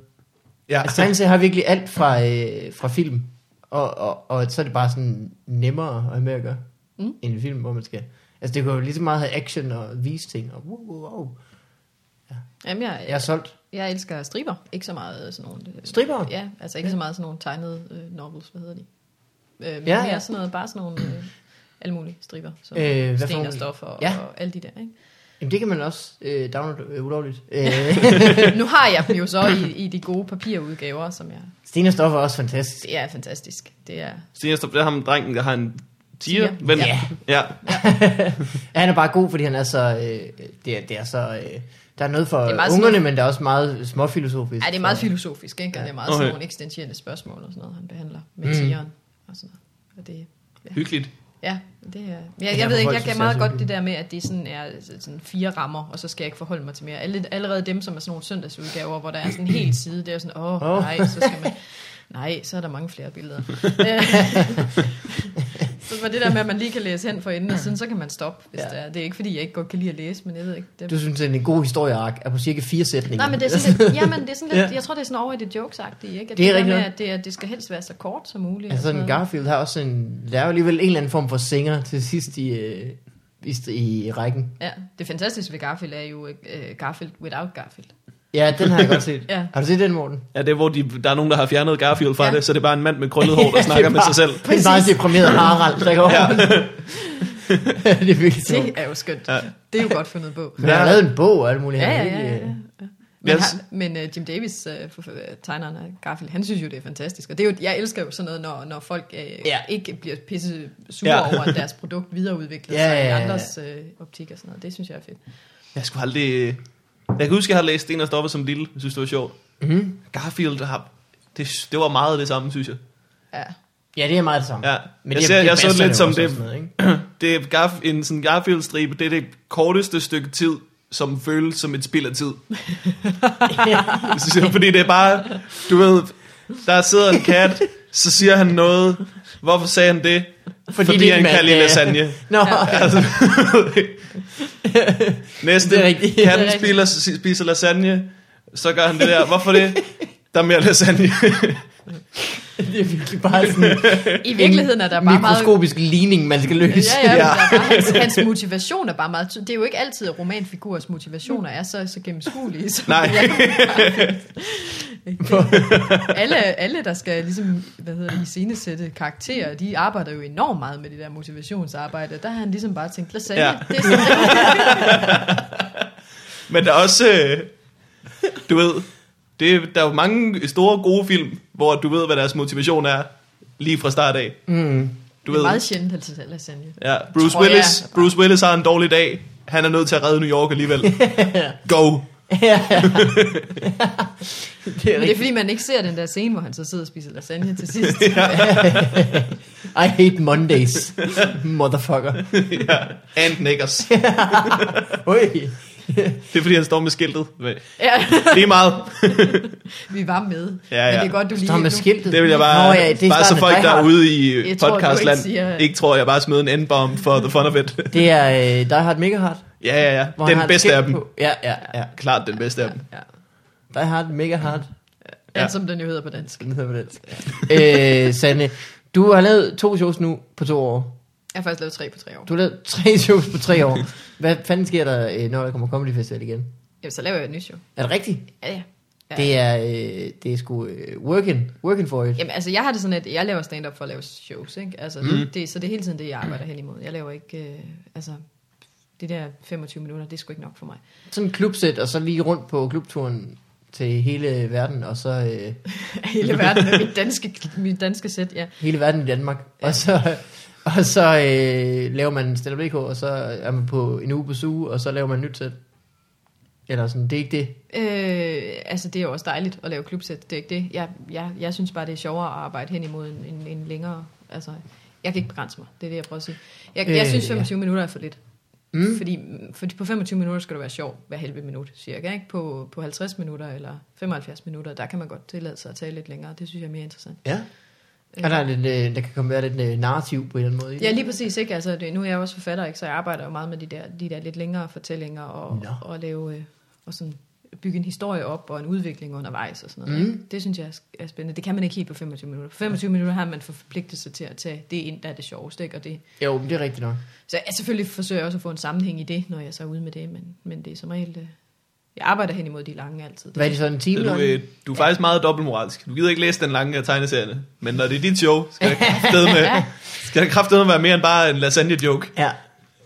[SPEAKER 2] Ja.
[SPEAKER 1] Altså, tegneserier har virkelig alt fra, øh, fra film, og, og, og så er det bare sådan nemmere at have med at gøre, mm. end en film, hvor man skal... Altså, det kunne jo lige så meget have action og vise ting, og wow, wow, wow.
[SPEAKER 3] Jamen, jeg,
[SPEAKER 1] Jeg er solgt.
[SPEAKER 3] jeg elsker striber. Ikke så meget øh, sådan nogle... øh,
[SPEAKER 1] Striber?
[SPEAKER 3] Ja, altså ikke så meget sådan nogle tegnede øh, novels, hvad hedder de? Øh, men
[SPEAKER 1] Ja,
[SPEAKER 3] ja,
[SPEAKER 1] ja.
[SPEAKER 3] mere sådan noget, bare sådan nogle... Øh, alle mulige striber, som
[SPEAKER 1] Øh, hvad
[SPEAKER 3] øh,
[SPEAKER 1] for
[SPEAKER 3] sten
[SPEAKER 1] nogle-
[SPEAKER 3] og stoffer
[SPEAKER 1] Ja.
[SPEAKER 3] ja. og alle de der, ikke?
[SPEAKER 1] Jamen, det kan man også øh, downloade øh, ulovligt. Øh,
[SPEAKER 3] Nu har jeg dem jo så i, i de gode papirudgaver, som jeg...
[SPEAKER 1] Sten og Stof er også fantastisk.
[SPEAKER 3] Det er fantastisk. Det er...
[SPEAKER 2] Senest der har man drengen, der har en tiger.
[SPEAKER 3] Tiger.
[SPEAKER 2] Ven.
[SPEAKER 1] Ja.
[SPEAKER 2] ja.
[SPEAKER 1] Han er bare god, fordi han er så... Øh, det, er, det er så... Øh, der er noget for
[SPEAKER 3] Det er meget
[SPEAKER 1] ungerne,
[SPEAKER 3] sådan-
[SPEAKER 1] men der er også meget småfilosofisk.
[SPEAKER 3] Ja, det er meget
[SPEAKER 1] Så-
[SPEAKER 3] filosofisk, ikke? Og det er meget
[SPEAKER 2] Okay.
[SPEAKER 3] sådan nogle eksistentielle spørgsmål og sådan noget, han behandler med
[SPEAKER 1] Mm.
[SPEAKER 3] tigeren og sådan noget. Og det,
[SPEAKER 2] Hyggeligt.
[SPEAKER 3] ja, det er... Men
[SPEAKER 1] Ja,
[SPEAKER 3] jeg, jeg ved
[SPEAKER 1] for
[SPEAKER 3] ikke,
[SPEAKER 1] folk
[SPEAKER 3] jeg kan
[SPEAKER 1] synes,
[SPEAKER 3] meget
[SPEAKER 1] det er så
[SPEAKER 3] godt det der med, at det sådan er sådan fire rammer, og så skal jeg ikke forholde mig til mere. Alle, allerede dem, som er sådan nogle søndagsudgaver, hvor der er sådan en hel side, det er sådan, åh,
[SPEAKER 1] Åh.
[SPEAKER 3] oh, nej, så skal man... Nej, så er der mange flere billeder. så var det der med, at man lige kan læse hen for enden, og siden så kan man stoppe, hvis
[SPEAKER 1] Ja.
[SPEAKER 3] ja. det er. Det er ikke, fordi jeg ikke godt kan lide at læse, men jeg ved ikke... Det...
[SPEAKER 1] Du synes, at en god historieark er på cirka fire sætninger.
[SPEAKER 3] Nej, men det er sådan lidt, jamen, det er sådan lidt,
[SPEAKER 1] Ja.
[SPEAKER 3] jeg tror, det er sådan over i det jokesagtige, ikke?
[SPEAKER 1] Det
[SPEAKER 3] At det,
[SPEAKER 1] er
[SPEAKER 3] det der
[SPEAKER 1] rigtigt
[SPEAKER 3] med,
[SPEAKER 1] nok.
[SPEAKER 3] at det, er- det skal helst være så kort som muligt.
[SPEAKER 1] Altså,
[SPEAKER 3] og sådan
[SPEAKER 1] en
[SPEAKER 3] noget.
[SPEAKER 1] Garfield har også en... Der er jo alligevel en eller anden form for singer til sidst i, øh, i, i rækken.
[SPEAKER 3] Ja, det fantastiske ved Garfield er jo øh, Garfield without Garfield.
[SPEAKER 1] Ja, den har jeg godt set.
[SPEAKER 3] Ja.
[SPEAKER 1] Har du set den, Morten?
[SPEAKER 2] Ja, det er, hvor de, der er nogen, der har fjernet Garfield fra ja.
[SPEAKER 3] Ja.
[SPEAKER 2] det, så det er bare en mand med krøllet hår, der snakker med sig selv.
[SPEAKER 1] Det er bare en deprimeret Harald, der går ja. det er virkelig sjovt.
[SPEAKER 3] Det er jo skønt.
[SPEAKER 2] Ja.
[SPEAKER 3] Ja. Det er jo godt fundet på.
[SPEAKER 1] Men han har lavet en bog og alt muligt.
[SPEAKER 3] Ja,
[SPEAKER 1] Han
[SPEAKER 3] ja,
[SPEAKER 1] er
[SPEAKER 3] ja. ja,
[SPEAKER 1] virkelig, øh,
[SPEAKER 3] ja. Men,
[SPEAKER 2] Yes.
[SPEAKER 3] han, men uh, Jim Davis, uh, for, øh, tegneren af Garfield, han synes jo, det er fantastisk. Og det er jo, jeg elsker jo sådan noget, når, når folk uh,
[SPEAKER 1] Ja.
[SPEAKER 3] ja. ikke bliver pisse sure
[SPEAKER 2] Ja.
[SPEAKER 3] ja. over, at deres produkt videreudvikler
[SPEAKER 1] Ja,
[SPEAKER 3] sig
[SPEAKER 1] ja, ja,
[SPEAKER 3] i
[SPEAKER 1] ja.
[SPEAKER 3] andres uh, optik og sådan noget. Det synes jeg er fedt.
[SPEAKER 2] Jeg skulle aldrig... Jeg kan huske, jeg har læst Sten og Stopper som lille. Jeg synes, det var sjovt.
[SPEAKER 1] Mhm.
[SPEAKER 2] Garfield har... Det, det var meget af det samme, synes jeg.
[SPEAKER 3] Ja.
[SPEAKER 1] ja, det er meget det samme.
[SPEAKER 2] Ja.
[SPEAKER 1] Men
[SPEAKER 2] Jeg
[SPEAKER 1] det er-
[SPEAKER 2] ser-
[SPEAKER 1] det er
[SPEAKER 2] jeg så
[SPEAKER 1] masserne
[SPEAKER 2] lidt som
[SPEAKER 1] også og
[SPEAKER 2] det-
[SPEAKER 1] sådan noget, ikke?
[SPEAKER 2] Det er Garf, en sådan Garfield-stribe. Det er det korteste stykke tid, som føles som et spild af tid. Jeg synes, det er- Fordi det er bare... Du ved, der sidder en kat, så siger han noget. Hvorfor sagde han det? Fordi,
[SPEAKER 1] det
[SPEAKER 2] Fordi
[SPEAKER 1] er en
[SPEAKER 2] han
[SPEAKER 1] mand,
[SPEAKER 2] kan lide
[SPEAKER 1] ja.
[SPEAKER 2] lasagne.
[SPEAKER 1] Nå,
[SPEAKER 3] Ja.
[SPEAKER 2] Altså, Næste,
[SPEAKER 1] Det er rigtigt. Det er
[SPEAKER 2] katten
[SPEAKER 3] rigtigt.
[SPEAKER 2] spiser, spiser lasagne, så gør han det der. Hvorfor det? Der er mere lasagne.
[SPEAKER 1] det er virkelig bare sådan...
[SPEAKER 3] I virkeligheden er der bare meget...
[SPEAKER 1] mikroskopisk ligning, man skal løse.
[SPEAKER 3] Ja, ja,
[SPEAKER 2] Ja.
[SPEAKER 3] ja. Der er bare, hans, hans motivation er bare meget tydelig. Det er jo ikke altid, at romanfigurers motivationer er så, så gennemskuelige. Så
[SPEAKER 2] Nej.
[SPEAKER 3] alle, alle, der skal ligesom, hvad hedder det, iscenesætte karakterer, de arbejder jo enormt meget med det der motivationsarbejde. Der har han ligesom bare tænkt, lad os
[SPEAKER 2] Ja.
[SPEAKER 3] ja. det. Er sådan,
[SPEAKER 2] Men der er også, øh, du ved, det, der er jo mange store gode film, hvor du ved, hvad deres motivation er, lige fra start af.
[SPEAKER 1] Mm.
[SPEAKER 2] Du
[SPEAKER 3] det
[SPEAKER 2] ved,
[SPEAKER 3] er meget sjældent, han til lasagne.
[SPEAKER 2] ja, Bruce,
[SPEAKER 3] Tror jeg.
[SPEAKER 2] Willis, Bruce Willis har en dårlig dag. Han er nødt til at redde New York alligevel. Go!
[SPEAKER 1] Ja. det er
[SPEAKER 3] Men det er
[SPEAKER 1] rigtigt.
[SPEAKER 3] fordi, man ikke ser den der scene, hvor han så sidder og spiser lasagne til sidst.
[SPEAKER 1] I hate Mondays, motherfucker.
[SPEAKER 2] ja. And niggers.
[SPEAKER 1] Oi.
[SPEAKER 2] Det er fordi, han står med skiltet.
[SPEAKER 3] Ja,
[SPEAKER 2] Lige meget.
[SPEAKER 3] vi var med.
[SPEAKER 2] Ja, ja.
[SPEAKER 3] Men det er godt, du lige...
[SPEAKER 1] Står med
[SPEAKER 3] nu-
[SPEAKER 1] skiltet.
[SPEAKER 2] Det vil jeg bare,
[SPEAKER 1] Nå,
[SPEAKER 2] ja,
[SPEAKER 1] ja, det er
[SPEAKER 2] bare så
[SPEAKER 1] starten af
[SPEAKER 2] folk
[SPEAKER 1] Die
[SPEAKER 2] der er
[SPEAKER 1] Hard.
[SPEAKER 2] ude i
[SPEAKER 3] Jeg tror, du ikke
[SPEAKER 2] podcastland
[SPEAKER 3] siger-
[SPEAKER 2] ikke tror, jeg bare smider en endbomb for the fun of it.
[SPEAKER 1] Det er øh, Die Hard Mega Hard.
[SPEAKER 2] ja, ja, ja.
[SPEAKER 1] hvor han har
[SPEAKER 2] den
[SPEAKER 1] et
[SPEAKER 2] bedste
[SPEAKER 1] skilt
[SPEAKER 2] af dem.
[SPEAKER 1] på. Ja, ja, ja.
[SPEAKER 2] Klart den bedste af dem.
[SPEAKER 3] Ja.
[SPEAKER 1] Die Hard Mega Hard.
[SPEAKER 3] Ja,
[SPEAKER 2] Ja.
[SPEAKER 3] som den jo hedder på dansk.
[SPEAKER 1] Den hedder på dansk. øh, Sanne, du har lavet to shows nu på to år.
[SPEAKER 3] Jeg har faktisk lavet tre på tre år.
[SPEAKER 1] Du har lavet tre shows på tre år. Hvad fanden sker der, øh, når der kommer Comedy Festival igen?
[SPEAKER 3] Jamen, så laver jeg et nyt show.
[SPEAKER 1] Er det rigtigt?
[SPEAKER 3] Ja, ja.
[SPEAKER 1] Ja.
[SPEAKER 3] Ja.
[SPEAKER 1] Det er, øh, det er sgu øh, working, working for it.
[SPEAKER 3] Jamen, altså, jeg har det sådan, at jeg laver stand-up for at lave shows, ikke? Altså, mm. det, så det er hele tiden det, jeg arbejder hen imod. Jeg laver ikke, øh, altså, det der 25 minutter, det er sgu ikke nok for mig.
[SPEAKER 1] Sådan en klubsæt, og så lige rundt på klubturen til hele verden, og så øh,
[SPEAKER 3] Hele verden er mit danske, mit danske sæt, ja.
[SPEAKER 1] hele verden i Danmark. Ja. Og så, Og så øh, laver man stand BK, og så er man på en uge på suge, og så laver man et nyt sæt. Eller sådan, det er ikke det.
[SPEAKER 3] Øh, altså, det er jo også dejligt at lave klubsæt, det er ikke det. Jeg, jeg, jeg synes bare, det er sjovere at arbejde hen imod en, en, en længere... Altså, jeg kan ikke begrænse mig, det er det, jeg prøver at sige. Jeg, jeg
[SPEAKER 1] Øh,
[SPEAKER 3] øh, synes,
[SPEAKER 1] ja.
[SPEAKER 3] 25 ja. minutter er for lidt.
[SPEAKER 1] Mm.
[SPEAKER 3] Mm. Fordi, fordi på 25 minutter skal du være sjov hver halve minut, cirka. Ikke? På, på 50 minutter eller 75 minutter, der kan man godt tillade sig at tale lidt længere. Det synes jeg er mere interessant.
[SPEAKER 2] Ja.
[SPEAKER 1] Og der, er lidt, øh, der kan komme være lidt øh, narrativ på en eller anden måde. i det.
[SPEAKER 3] Ja, lige præcis. Ikke? Altså, det, nu er jeg jo også forfatter, ikke? så jeg arbejder jo meget med de der, de der lidt længere fortællinger og,
[SPEAKER 1] Nå.
[SPEAKER 3] og lave... øh, Og sådan bygge en historie op og en udvikling undervejs og sådan noget. Mm. Det synes jeg er sk- er spændende. Det kan man ikke helt på 25 minutter. På 25 minutter har man forpligtet sig til at tage det ind, der er det sjoveste. Ikke? Og det,
[SPEAKER 1] Jo, men det er rigtigt nok.
[SPEAKER 3] så jeg selvfølgelig forsøger jeg også at få en sammenhæng i det, når jeg så er ude med det, men, men det er som regel... øh, Jeg arbejder hen imod de lange altid.
[SPEAKER 1] Hvad er det så, en time?
[SPEAKER 2] Så du,
[SPEAKER 1] lang?
[SPEAKER 2] øh, du er faktisk meget dobbeltmoralsk. Du gider ikke læse den lange af tegneserierne. Men når det er dit show, skal der kraftedeme, skal der kraftedeme være mere end bare en lasagne-joke.
[SPEAKER 1] Ja.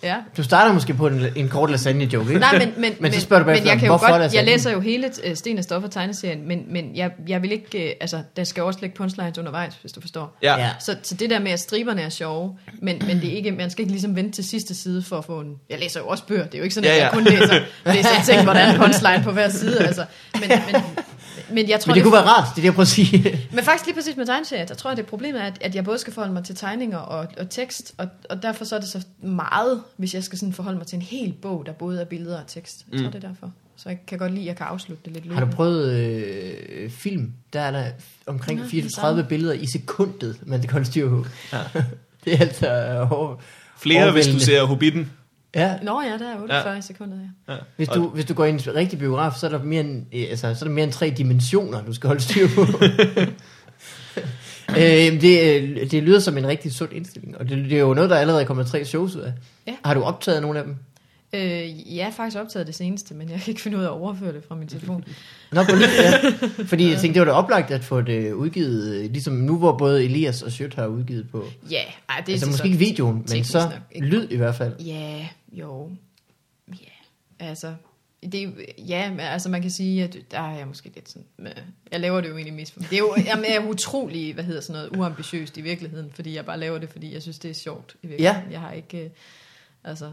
[SPEAKER 3] Ja.
[SPEAKER 1] Du starter måske på en, en kort lasagne-joke, ikke?
[SPEAKER 3] Nej, men, men,
[SPEAKER 1] Men så spørger du
[SPEAKER 3] men
[SPEAKER 1] bagefter,
[SPEAKER 3] jeg kan jo
[SPEAKER 1] hvorfor er
[SPEAKER 3] godt,
[SPEAKER 1] det
[SPEAKER 3] jeg
[SPEAKER 1] sådan?
[SPEAKER 3] læser jo hele øh, Sten og Stoffer tegneserien, men, men jeg, jeg vil ikke, øh, altså der skal jo også ligge punchlines undervejs, hvis du forstår.
[SPEAKER 2] Ja.
[SPEAKER 1] Ja.
[SPEAKER 2] ja.
[SPEAKER 3] Så, så det der med, at striberne er sjove, men, men det er ikke, man skal ikke ligesom vente til sidste side for at få en... Jeg læser jo også bøger, det er jo ikke sådan,
[SPEAKER 2] Ja,
[SPEAKER 3] at
[SPEAKER 2] ja.
[SPEAKER 3] jeg kun læser, læser ting, hvor der er en punchline på hver side. Altså. Men, men, men jeg tror,
[SPEAKER 1] Men det kunne være rart, det er det, jeg prøver at sige.
[SPEAKER 3] Men faktisk lige præcis med tegneserier, der tror jeg, det problemet er, at, at jeg både skal forholde mig til tegninger og, og tekst, og, og derfor så er det så meget, hvis jeg skal sådan forholde mig til en hel bog, der både er billeder og tekst. Jeg tror, det er derfor. Så jeg kan godt lide, at jeg kan afslutte det lidt
[SPEAKER 1] Mm. Har du
[SPEAKER 3] løbende.
[SPEAKER 1] prøvet øh, film? Der er der omkring
[SPEAKER 3] Nå, det er
[SPEAKER 1] 34 billeder i sekundet, man kan holde styr på. Ja. det er altså øh, hårdt.
[SPEAKER 2] Flere, hvis du
[SPEAKER 1] Overvældende.
[SPEAKER 2] ser Hobbiten.
[SPEAKER 1] Ja,
[SPEAKER 3] Nå ja, der er 48 ja. sekunder, ja.
[SPEAKER 2] Ja.
[SPEAKER 1] Hvis
[SPEAKER 2] Og-
[SPEAKER 1] du, hvis du går i en rigtig biograf, så er der mere end, øh, altså, så er der mere end tre dimensioner, du skal holde styr på. øh, det, øh, det lyder som en rigtig sund indstilling, og det, det er jo noget, der allerede er kommet tre shows ud af.
[SPEAKER 3] Ja.
[SPEAKER 1] Har du optaget nogle af dem?
[SPEAKER 3] Øh, jeg har faktisk optaget det seneste, men jeg kan ikke finde ud af at overføre det fra min telefon.
[SPEAKER 1] Nå, på lige, ja. Fordi jeg tænkte, det var da oplagt at få det udgivet, øh, ligesom nu, hvor både Elias og Sjøt har udgivet på. Det
[SPEAKER 3] Ja, ej, det er
[SPEAKER 1] altså
[SPEAKER 3] det
[SPEAKER 1] måske
[SPEAKER 3] så-
[SPEAKER 1] ikke videoen, men
[SPEAKER 3] teknisk
[SPEAKER 1] så
[SPEAKER 3] nok, ikke?
[SPEAKER 1] lyd i hvert fald.
[SPEAKER 3] Ja, jo. Ja, altså... Det, er jo- ja, men altså man kan sige, at der er jeg måske lidt sådan... men Jeg laver det jo egentlig mest for Det er jo jamen, jeg er utrolig, hvad hedder sådan noget, uambitiøst i virkeligheden, fordi jeg bare laver det, fordi jeg synes, det er sjovt i virkeligheden. Ja. Jeg har ikke... øh, Altså...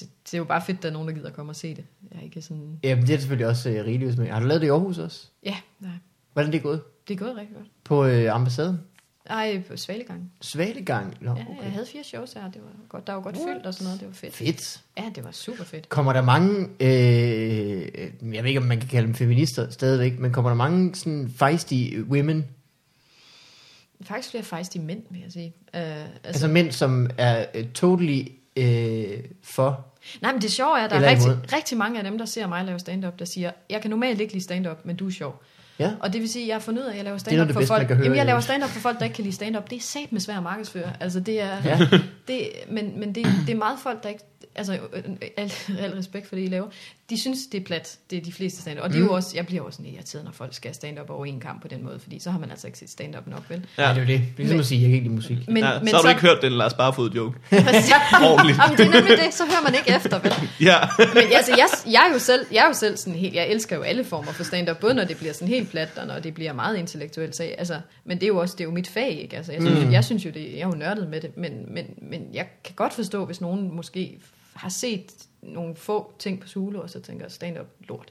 [SPEAKER 3] Det, det er jo bare fedt, at der er nogen, der gider komme og se det. Jeg er ikke sådan...
[SPEAKER 1] Jamen, det er selvfølgelig også øh, rigeligt. Men har du lavet det i Aarhus også?
[SPEAKER 3] Ja, nej.
[SPEAKER 1] Hvordan er det gået?
[SPEAKER 3] Det er gået rigtig godt.
[SPEAKER 1] På øh, ambassaden?
[SPEAKER 3] Ej, på Svalegang.
[SPEAKER 1] Svalegang? Nå,
[SPEAKER 3] Ja, jeg
[SPEAKER 1] okay.
[SPEAKER 3] havde fire shows her. Det var godt, der var godt fyldt og sådan noget. Det var fedt.
[SPEAKER 1] Fedt.
[SPEAKER 3] Ja, det var super fedt.
[SPEAKER 1] Kommer der mange, øh, jeg ved ikke om man kan kalde dem feminister stadigvæk, men kommer der mange sådan feisty women, Altså,
[SPEAKER 3] Faktisk flere faktisk de mænd, vil jeg sige. Uh, altså,
[SPEAKER 1] altså mænd, som er øh, totally øh, for,
[SPEAKER 3] Nej, men det sjove er, at der
[SPEAKER 1] Eller
[SPEAKER 3] er
[SPEAKER 1] imod.
[SPEAKER 3] rigtig, rigtig mange af dem, der ser mig lave stand-up, der siger, jeg kan normalt ikke lide stand-up, men du er sjov.
[SPEAKER 1] ja,
[SPEAKER 3] Og det vil sige, at jeg har fundet ud af, at jeg laver
[SPEAKER 1] noget af
[SPEAKER 3] stand-up
[SPEAKER 1] det
[SPEAKER 3] for
[SPEAKER 1] bedste, man
[SPEAKER 3] folk.
[SPEAKER 1] kan høre,
[SPEAKER 3] Jamen, jeg laver
[SPEAKER 1] jo.
[SPEAKER 3] stand-up for folk, der ikke kan lide stand-up. Det er sat med svært at markedsføre. Altså, det er,
[SPEAKER 1] Ja.
[SPEAKER 3] ja. det, men, men det, det er meget folk, der ikke... Altså, øh, øh, al, al respekt for det, I laver. De synes, det er plat. Det er de fleste stand-up. Og det er
[SPEAKER 1] Mm.
[SPEAKER 3] jo også, jeg bliver også sådan irriteret, når folk skal stand-up over en kamp på den måde, fordi så har man altså ikke set stand-up nok, vel?
[SPEAKER 1] ja.
[SPEAKER 2] Ja.
[SPEAKER 1] det er jo det. Det er ligesom at sige, jeg kan ikke lide musik.
[SPEAKER 3] Men, Mm.
[SPEAKER 2] ja, så har du ikke hørt den Lars Barfod-joke.
[SPEAKER 3] Præcis.
[SPEAKER 2] Ordentligt.
[SPEAKER 3] Jamen, det er nemlig det, så hører man ikke efter, vel?
[SPEAKER 2] Ja.
[SPEAKER 3] Men altså, jeg, jeg, er jo selv, jeg er jo selv sådan helt, jeg elsker jo alle former for stand-up, både når det bliver sådan helt plat, og når det bliver meget intellektuelt. Så, jeg- altså, men det er jo også, det er jo mit fag, ikke? Altså, jeg, synes, mm. jeg synes jo, det, jeg er jo nørdet med det, men, men, men jeg kan godt forstå, hvis nogen måske har set nogle få ting på Zulu, og så tænker stand-up lort.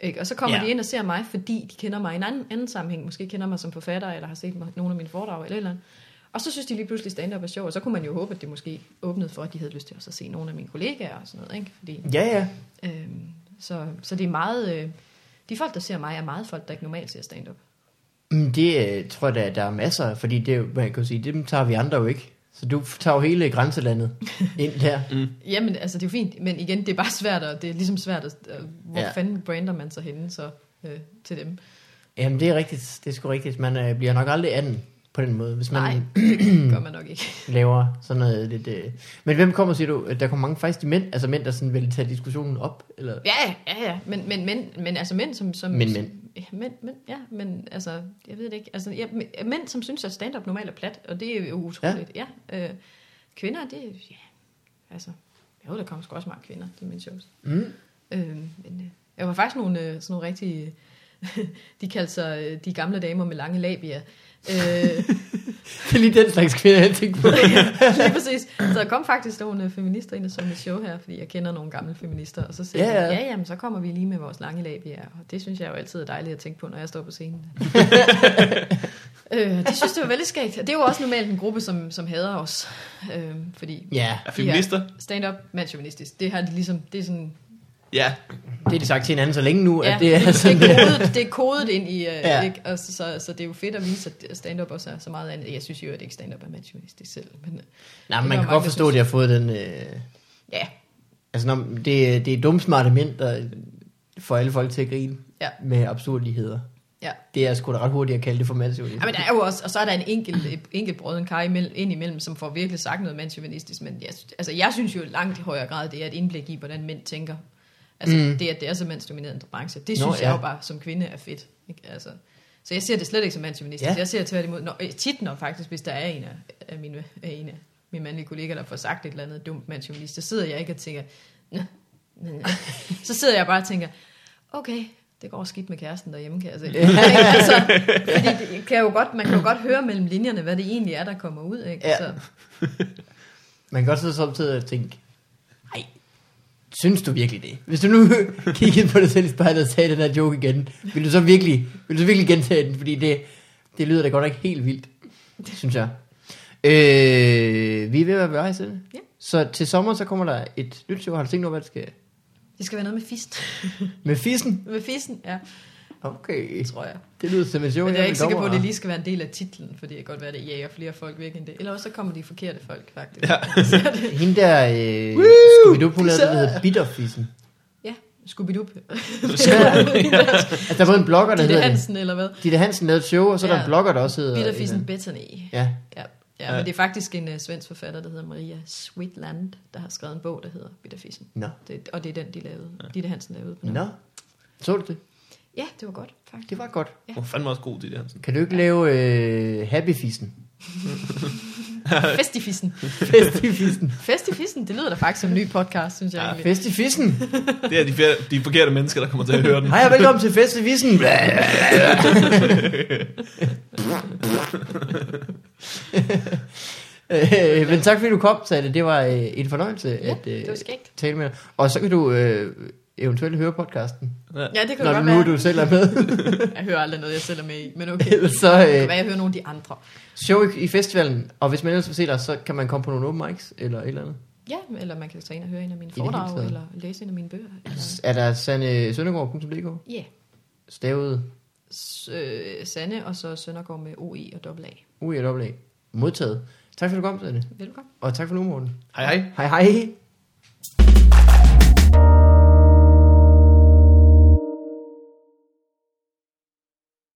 [SPEAKER 3] Ikke? Og så kommer
[SPEAKER 1] Ja.
[SPEAKER 3] ja. de ind og ser mig, fordi de kender mig i en anden, anden sammenhæng. Måske kender mig som forfatter, eller har set mig, nogle af mine foredrag, eller et eller andet. Og så synes de lige pludselig stand-up er sjov, og så kunne man jo håbe, at det måske åbnede for, at de havde lyst til også at se nogle af mine kollegaer og sådan noget. Ikke? Fordi,
[SPEAKER 1] Ja, ja.
[SPEAKER 3] Øhm, så, så det er meget... Øh, de folk, der ser mig, er meget folk, der ikke normalt ser stand-up.
[SPEAKER 1] Men det øh, tror jeg, der, der er masser af, fordi det, er jo- man kan jo sige, dem tager vi andre jo ikke. Så du tager jo hele grænselandet ind der. Mm.
[SPEAKER 3] Jamen, altså, det er jo fint, men igen, det er bare svært, og det er ligesom svært, at, øh, hvor
[SPEAKER 1] Ja.
[SPEAKER 3] ja. fanden brander man sig henne så, øh, til dem.
[SPEAKER 1] Jamen det er rigtigt, det er sgu rigtigt. Man øh, bliver nok aldrig anden på den måde, hvis man
[SPEAKER 3] Nej, det gør man nok ikke.
[SPEAKER 1] laver sådan noget lidt... Øh. Men hvem kommer, siger du? Øh, Der kommer mange faktisk mænd, altså mænd, der sådan vil tage diskussionen op? Eller?
[SPEAKER 3] Ja, ja, ja, men, men, men, men altså mænd, som... som
[SPEAKER 1] Men mænd.
[SPEAKER 3] Ja, mænd, mænd, ja, men altså, jeg ved det ikke. Altså, ja, mæ- mænd, som synes, at stand-up normalt er plat, og det er jo utroligt, ja. ja øh, kvinder, det er- ja, altså, jo, der kommer sgu også mange kvinder til mine shows.
[SPEAKER 1] Mm.
[SPEAKER 3] Øh, men øh, jeg var faktisk nogle, øh, sådan nogle rigtige, øh, de kaldte sig øh, de gamle damer med lange labia. Øh,
[SPEAKER 1] Det er lige den slags kvinder, jeg tænker på.
[SPEAKER 3] Lige præcis. Så der kom faktisk nogle øh, feminister ind og så mit show her, fordi jeg kender nogle gamle feminister, og så sagde
[SPEAKER 1] Ja,
[SPEAKER 3] ja,
[SPEAKER 1] ja.
[SPEAKER 3] ja. ja jamen, så kommer vi lige med vores lange labier, og det synes jeg jo altid er dejligt at tænke på, når jeg står på scenen. øh, det synes det var veldig skægt, og det er jo også normalt en gruppe, som, som hader os, øh, fordi
[SPEAKER 1] Ja,
[SPEAKER 2] Er feminister?
[SPEAKER 3] stand-up mandsjournalistisk, det har de ligesom, det er sådan,
[SPEAKER 2] Ja.
[SPEAKER 1] det har de sagt til hinanden så længe nu, at det er sådan, øh.
[SPEAKER 3] det,
[SPEAKER 1] det er.
[SPEAKER 3] det, er kodet, det er kodet ind i,
[SPEAKER 1] Ja.
[SPEAKER 3] ja. ikke? Og så, så, så det er jo fedt at vise, at stand-up også er så meget andet. Jeg synes jo, at det ikke stand-up er mandsjournalistisk selv, men øh,
[SPEAKER 1] Nej, men
[SPEAKER 3] Det
[SPEAKER 1] man
[SPEAKER 3] var
[SPEAKER 1] kan
[SPEAKER 3] mange,
[SPEAKER 1] godt
[SPEAKER 3] der
[SPEAKER 1] forstå, at de har fået den... Øh,
[SPEAKER 3] ja,
[SPEAKER 1] altså, når, det, det er dumsmarte mænd, der får alle folk til at grine
[SPEAKER 3] Ja.
[SPEAKER 1] med absurdligheder.
[SPEAKER 3] ja.
[SPEAKER 1] Det er sgu da ret hurtigt at kalde det for mandsjuvalisme.
[SPEAKER 3] Ja, men der er jo også, og så er der en enkelt, enkelt brøden kar imellem, ind imellem, som får virkelig sagt noget mandsjournalistisk, men jeg, sy- altså, jeg synes jo langt i højere grad, det er et indblik i, hvordan mænd tænker. Altså
[SPEAKER 1] Mm.
[SPEAKER 3] mm. det, at det er så mandsdomineret en branche, det
[SPEAKER 1] Nå,
[SPEAKER 3] synes
[SPEAKER 1] ja.
[SPEAKER 3] jeg jo bare som kvinde er fedt. Ikke? Altså, så jeg ser det slet ikke som mandsjournalistisk.
[SPEAKER 1] Ja.
[SPEAKER 3] Ja. Jeg ser det tværtimod, når, øh, tit når faktisk, hvis der er en af, af mine, af en af mine mandlige kollegaer, der får sagt et eller andet dumt mandsjournalist, så sidder jeg ikke og tænker, "Nå, nå, nå." øh, så sidder jeg bare og tænker, okay, det går skidt med kæresten derhjemme, kan jeg se. altså, fordi det kan jo godt, man kan jo godt høre mellem linjerne, hvad det egentlig er, der kommer ud. Ikke?
[SPEAKER 1] Ja.
[SPEAKER 3] Så,
[SPEAKER 1] Man kan godt sidde samtidig og tænke, nej, synes du virkelig det? Hvis du nu kiggede på dig selv i spejlet og sagde den her joke igen, vil du så virkelig, vil du så virkelig gentage den? Fordi det, det lyder da godt nok helt vildt, synes jeg. Øh, vi er ved at være ved vejs ende.
[SPEAKER 3] Ja.
[SPEAKER 1] Så til sommer, så kommer der et nyt show. Har du tænkt over, hvad det skal?
[SPEAKER 3] det skal være noget med fist.
[SPEAKER 1] Med fissen?
[SPEAKER 3] med fisen, ja,
[SPEAKER 1] Okay.
[SPEAKER 3] tror jeg.
[SPEAKER 1] Det lyder som et show.
[SPEAKER 3] Men jeg er
[SPEAKER 1] vil
[SPEAKER 3] ikke sikker på,
[SPEAKER 1] komme
[SPEAKER 3] at det
[SPEAKER 1] og-
[SPEAKER 3] lige skal være en del af titlen, for det kan godt være, at det jager flere folk væk end det. Eller også så kommer de forkerte folk, faktisk. Ja.
[SPEAKER 1] Hende der, øh,
[SPEAKER 2] Woo!
[SPEAKER 1] Scooby-Doo, hun lavede det, der hedder Bitterfissen.
[SPEAKER 3] ja. Scooby-Doo.
[SPEAKER 1] Altså, der var en blogger, der
[SPEAKER 3] Ditte
[SPEAKER 1] hedder det.
[SPEAKER 3] Hansen, eller hvad?
[SPEAKER 1] Ditte Hansen lavede et show, og så er der
[SPEAKER 3] Ja.
[SPEAKER 1] en blogger, der også hedder...
[SPEAKER 3] Bitterfissen Bethany.
[SPEAKER 1] Ja,
[SPEAKER 3] Ja. Ja, men det er faktisk en uh, svensk forfatter, der hedder Maria Sweetland, der har skrevet en bog, der hedder Bitterfissen.
[SPEAKER 1] nå.
[SPEAKER 3] Det, og det er den, de lavede. Ja. Ditte Hansen lavede på den.
[SPEAKER 1] Nå. Så du det?
[SPEAKER 3] Ja, det var godt, faktisk.
[SPEAKER 1] Det var godt.
[SPEAKER 2] Hun er fandme også god til det, Hansen.
[SPEAKER 1] Kan du ikke lave øh, happyfissen?
[SPEAKER 3] Festifissen.
[SPEAKER 1] Festifissen.
[SPEAKER 3] Festifissen, det lyder da faktisk som en ny podcast, synes jeg
[SPEAKER 2] Ja.
[SPEAKER 3] ja. egentlig.
[SPEAKER 1] Festifissen.
[SPEAKER 2] Det er de, fer- de forkerte mennesker, der kommer til at høre den.
[SPEAKER 1] Hej og velkommen til Festifissen. øh, men tak fordi du kom, Satte. Det var øh, en fornøjelse
[SPEAKER 3] Ja,
[SPEAKER 1] at
[SPEAKER 3] det
[SPEAKER 1] øh,
[SPEAKER 3] var skægt.
[SPEAKER 1] tale med dig. Og så kan du øh, eventuelt høre podcasten,
[SPEAKER 3] Ja, det kan
[SPEAKER 1] når
[SPEAKER 3] jo
[SPEAKER 1] du
[SPEAKER 3] godt
[SPEAKER 1] nu
[SPEAKER 3] være.
[SPEAKER 1] du selv er med.
[SPEAKER 3] Jeg hører aldrig noget, jeg selv er med i, men okay.
[SPEAKER 1] Ellers så
[SPEAKER 3] Det
[SPEAKER 1] øh,
[SPEAKER 3] kan være, jeg hører nogle af de andre.
[SPEAKER 1] show i, i festivalen, og hvis man ellers vil se dig, så kan man komme på nogle open mics eller et eller andet.
[SPEAKER 3] Ja, eller man kan tage ind og høre en af mine
[SPEAKER 1] det hele taget.
[SPEAKER 3] foredrag, eller læse en af mine bøger. Eller...
[SPEAKER 1] Er der Sanne Søndergaard.dk?
[SPEAKER 3] Ja,
[SPEAKER 1] Stavet
[SPEAKER 3] S- øh, Sande og så Søndergaard med OE og dobbelt A.
[SPEAKER 1] Ui, et oplæg. Modtaget. Tak for at du kom, Sanne.
[SPEAKER 3] Velkommen.
[SPEAKER 1] Og tak for nu, Morten.
[SPEAKER 2] Hej hej.
[SPEAKER 1] Hej hej.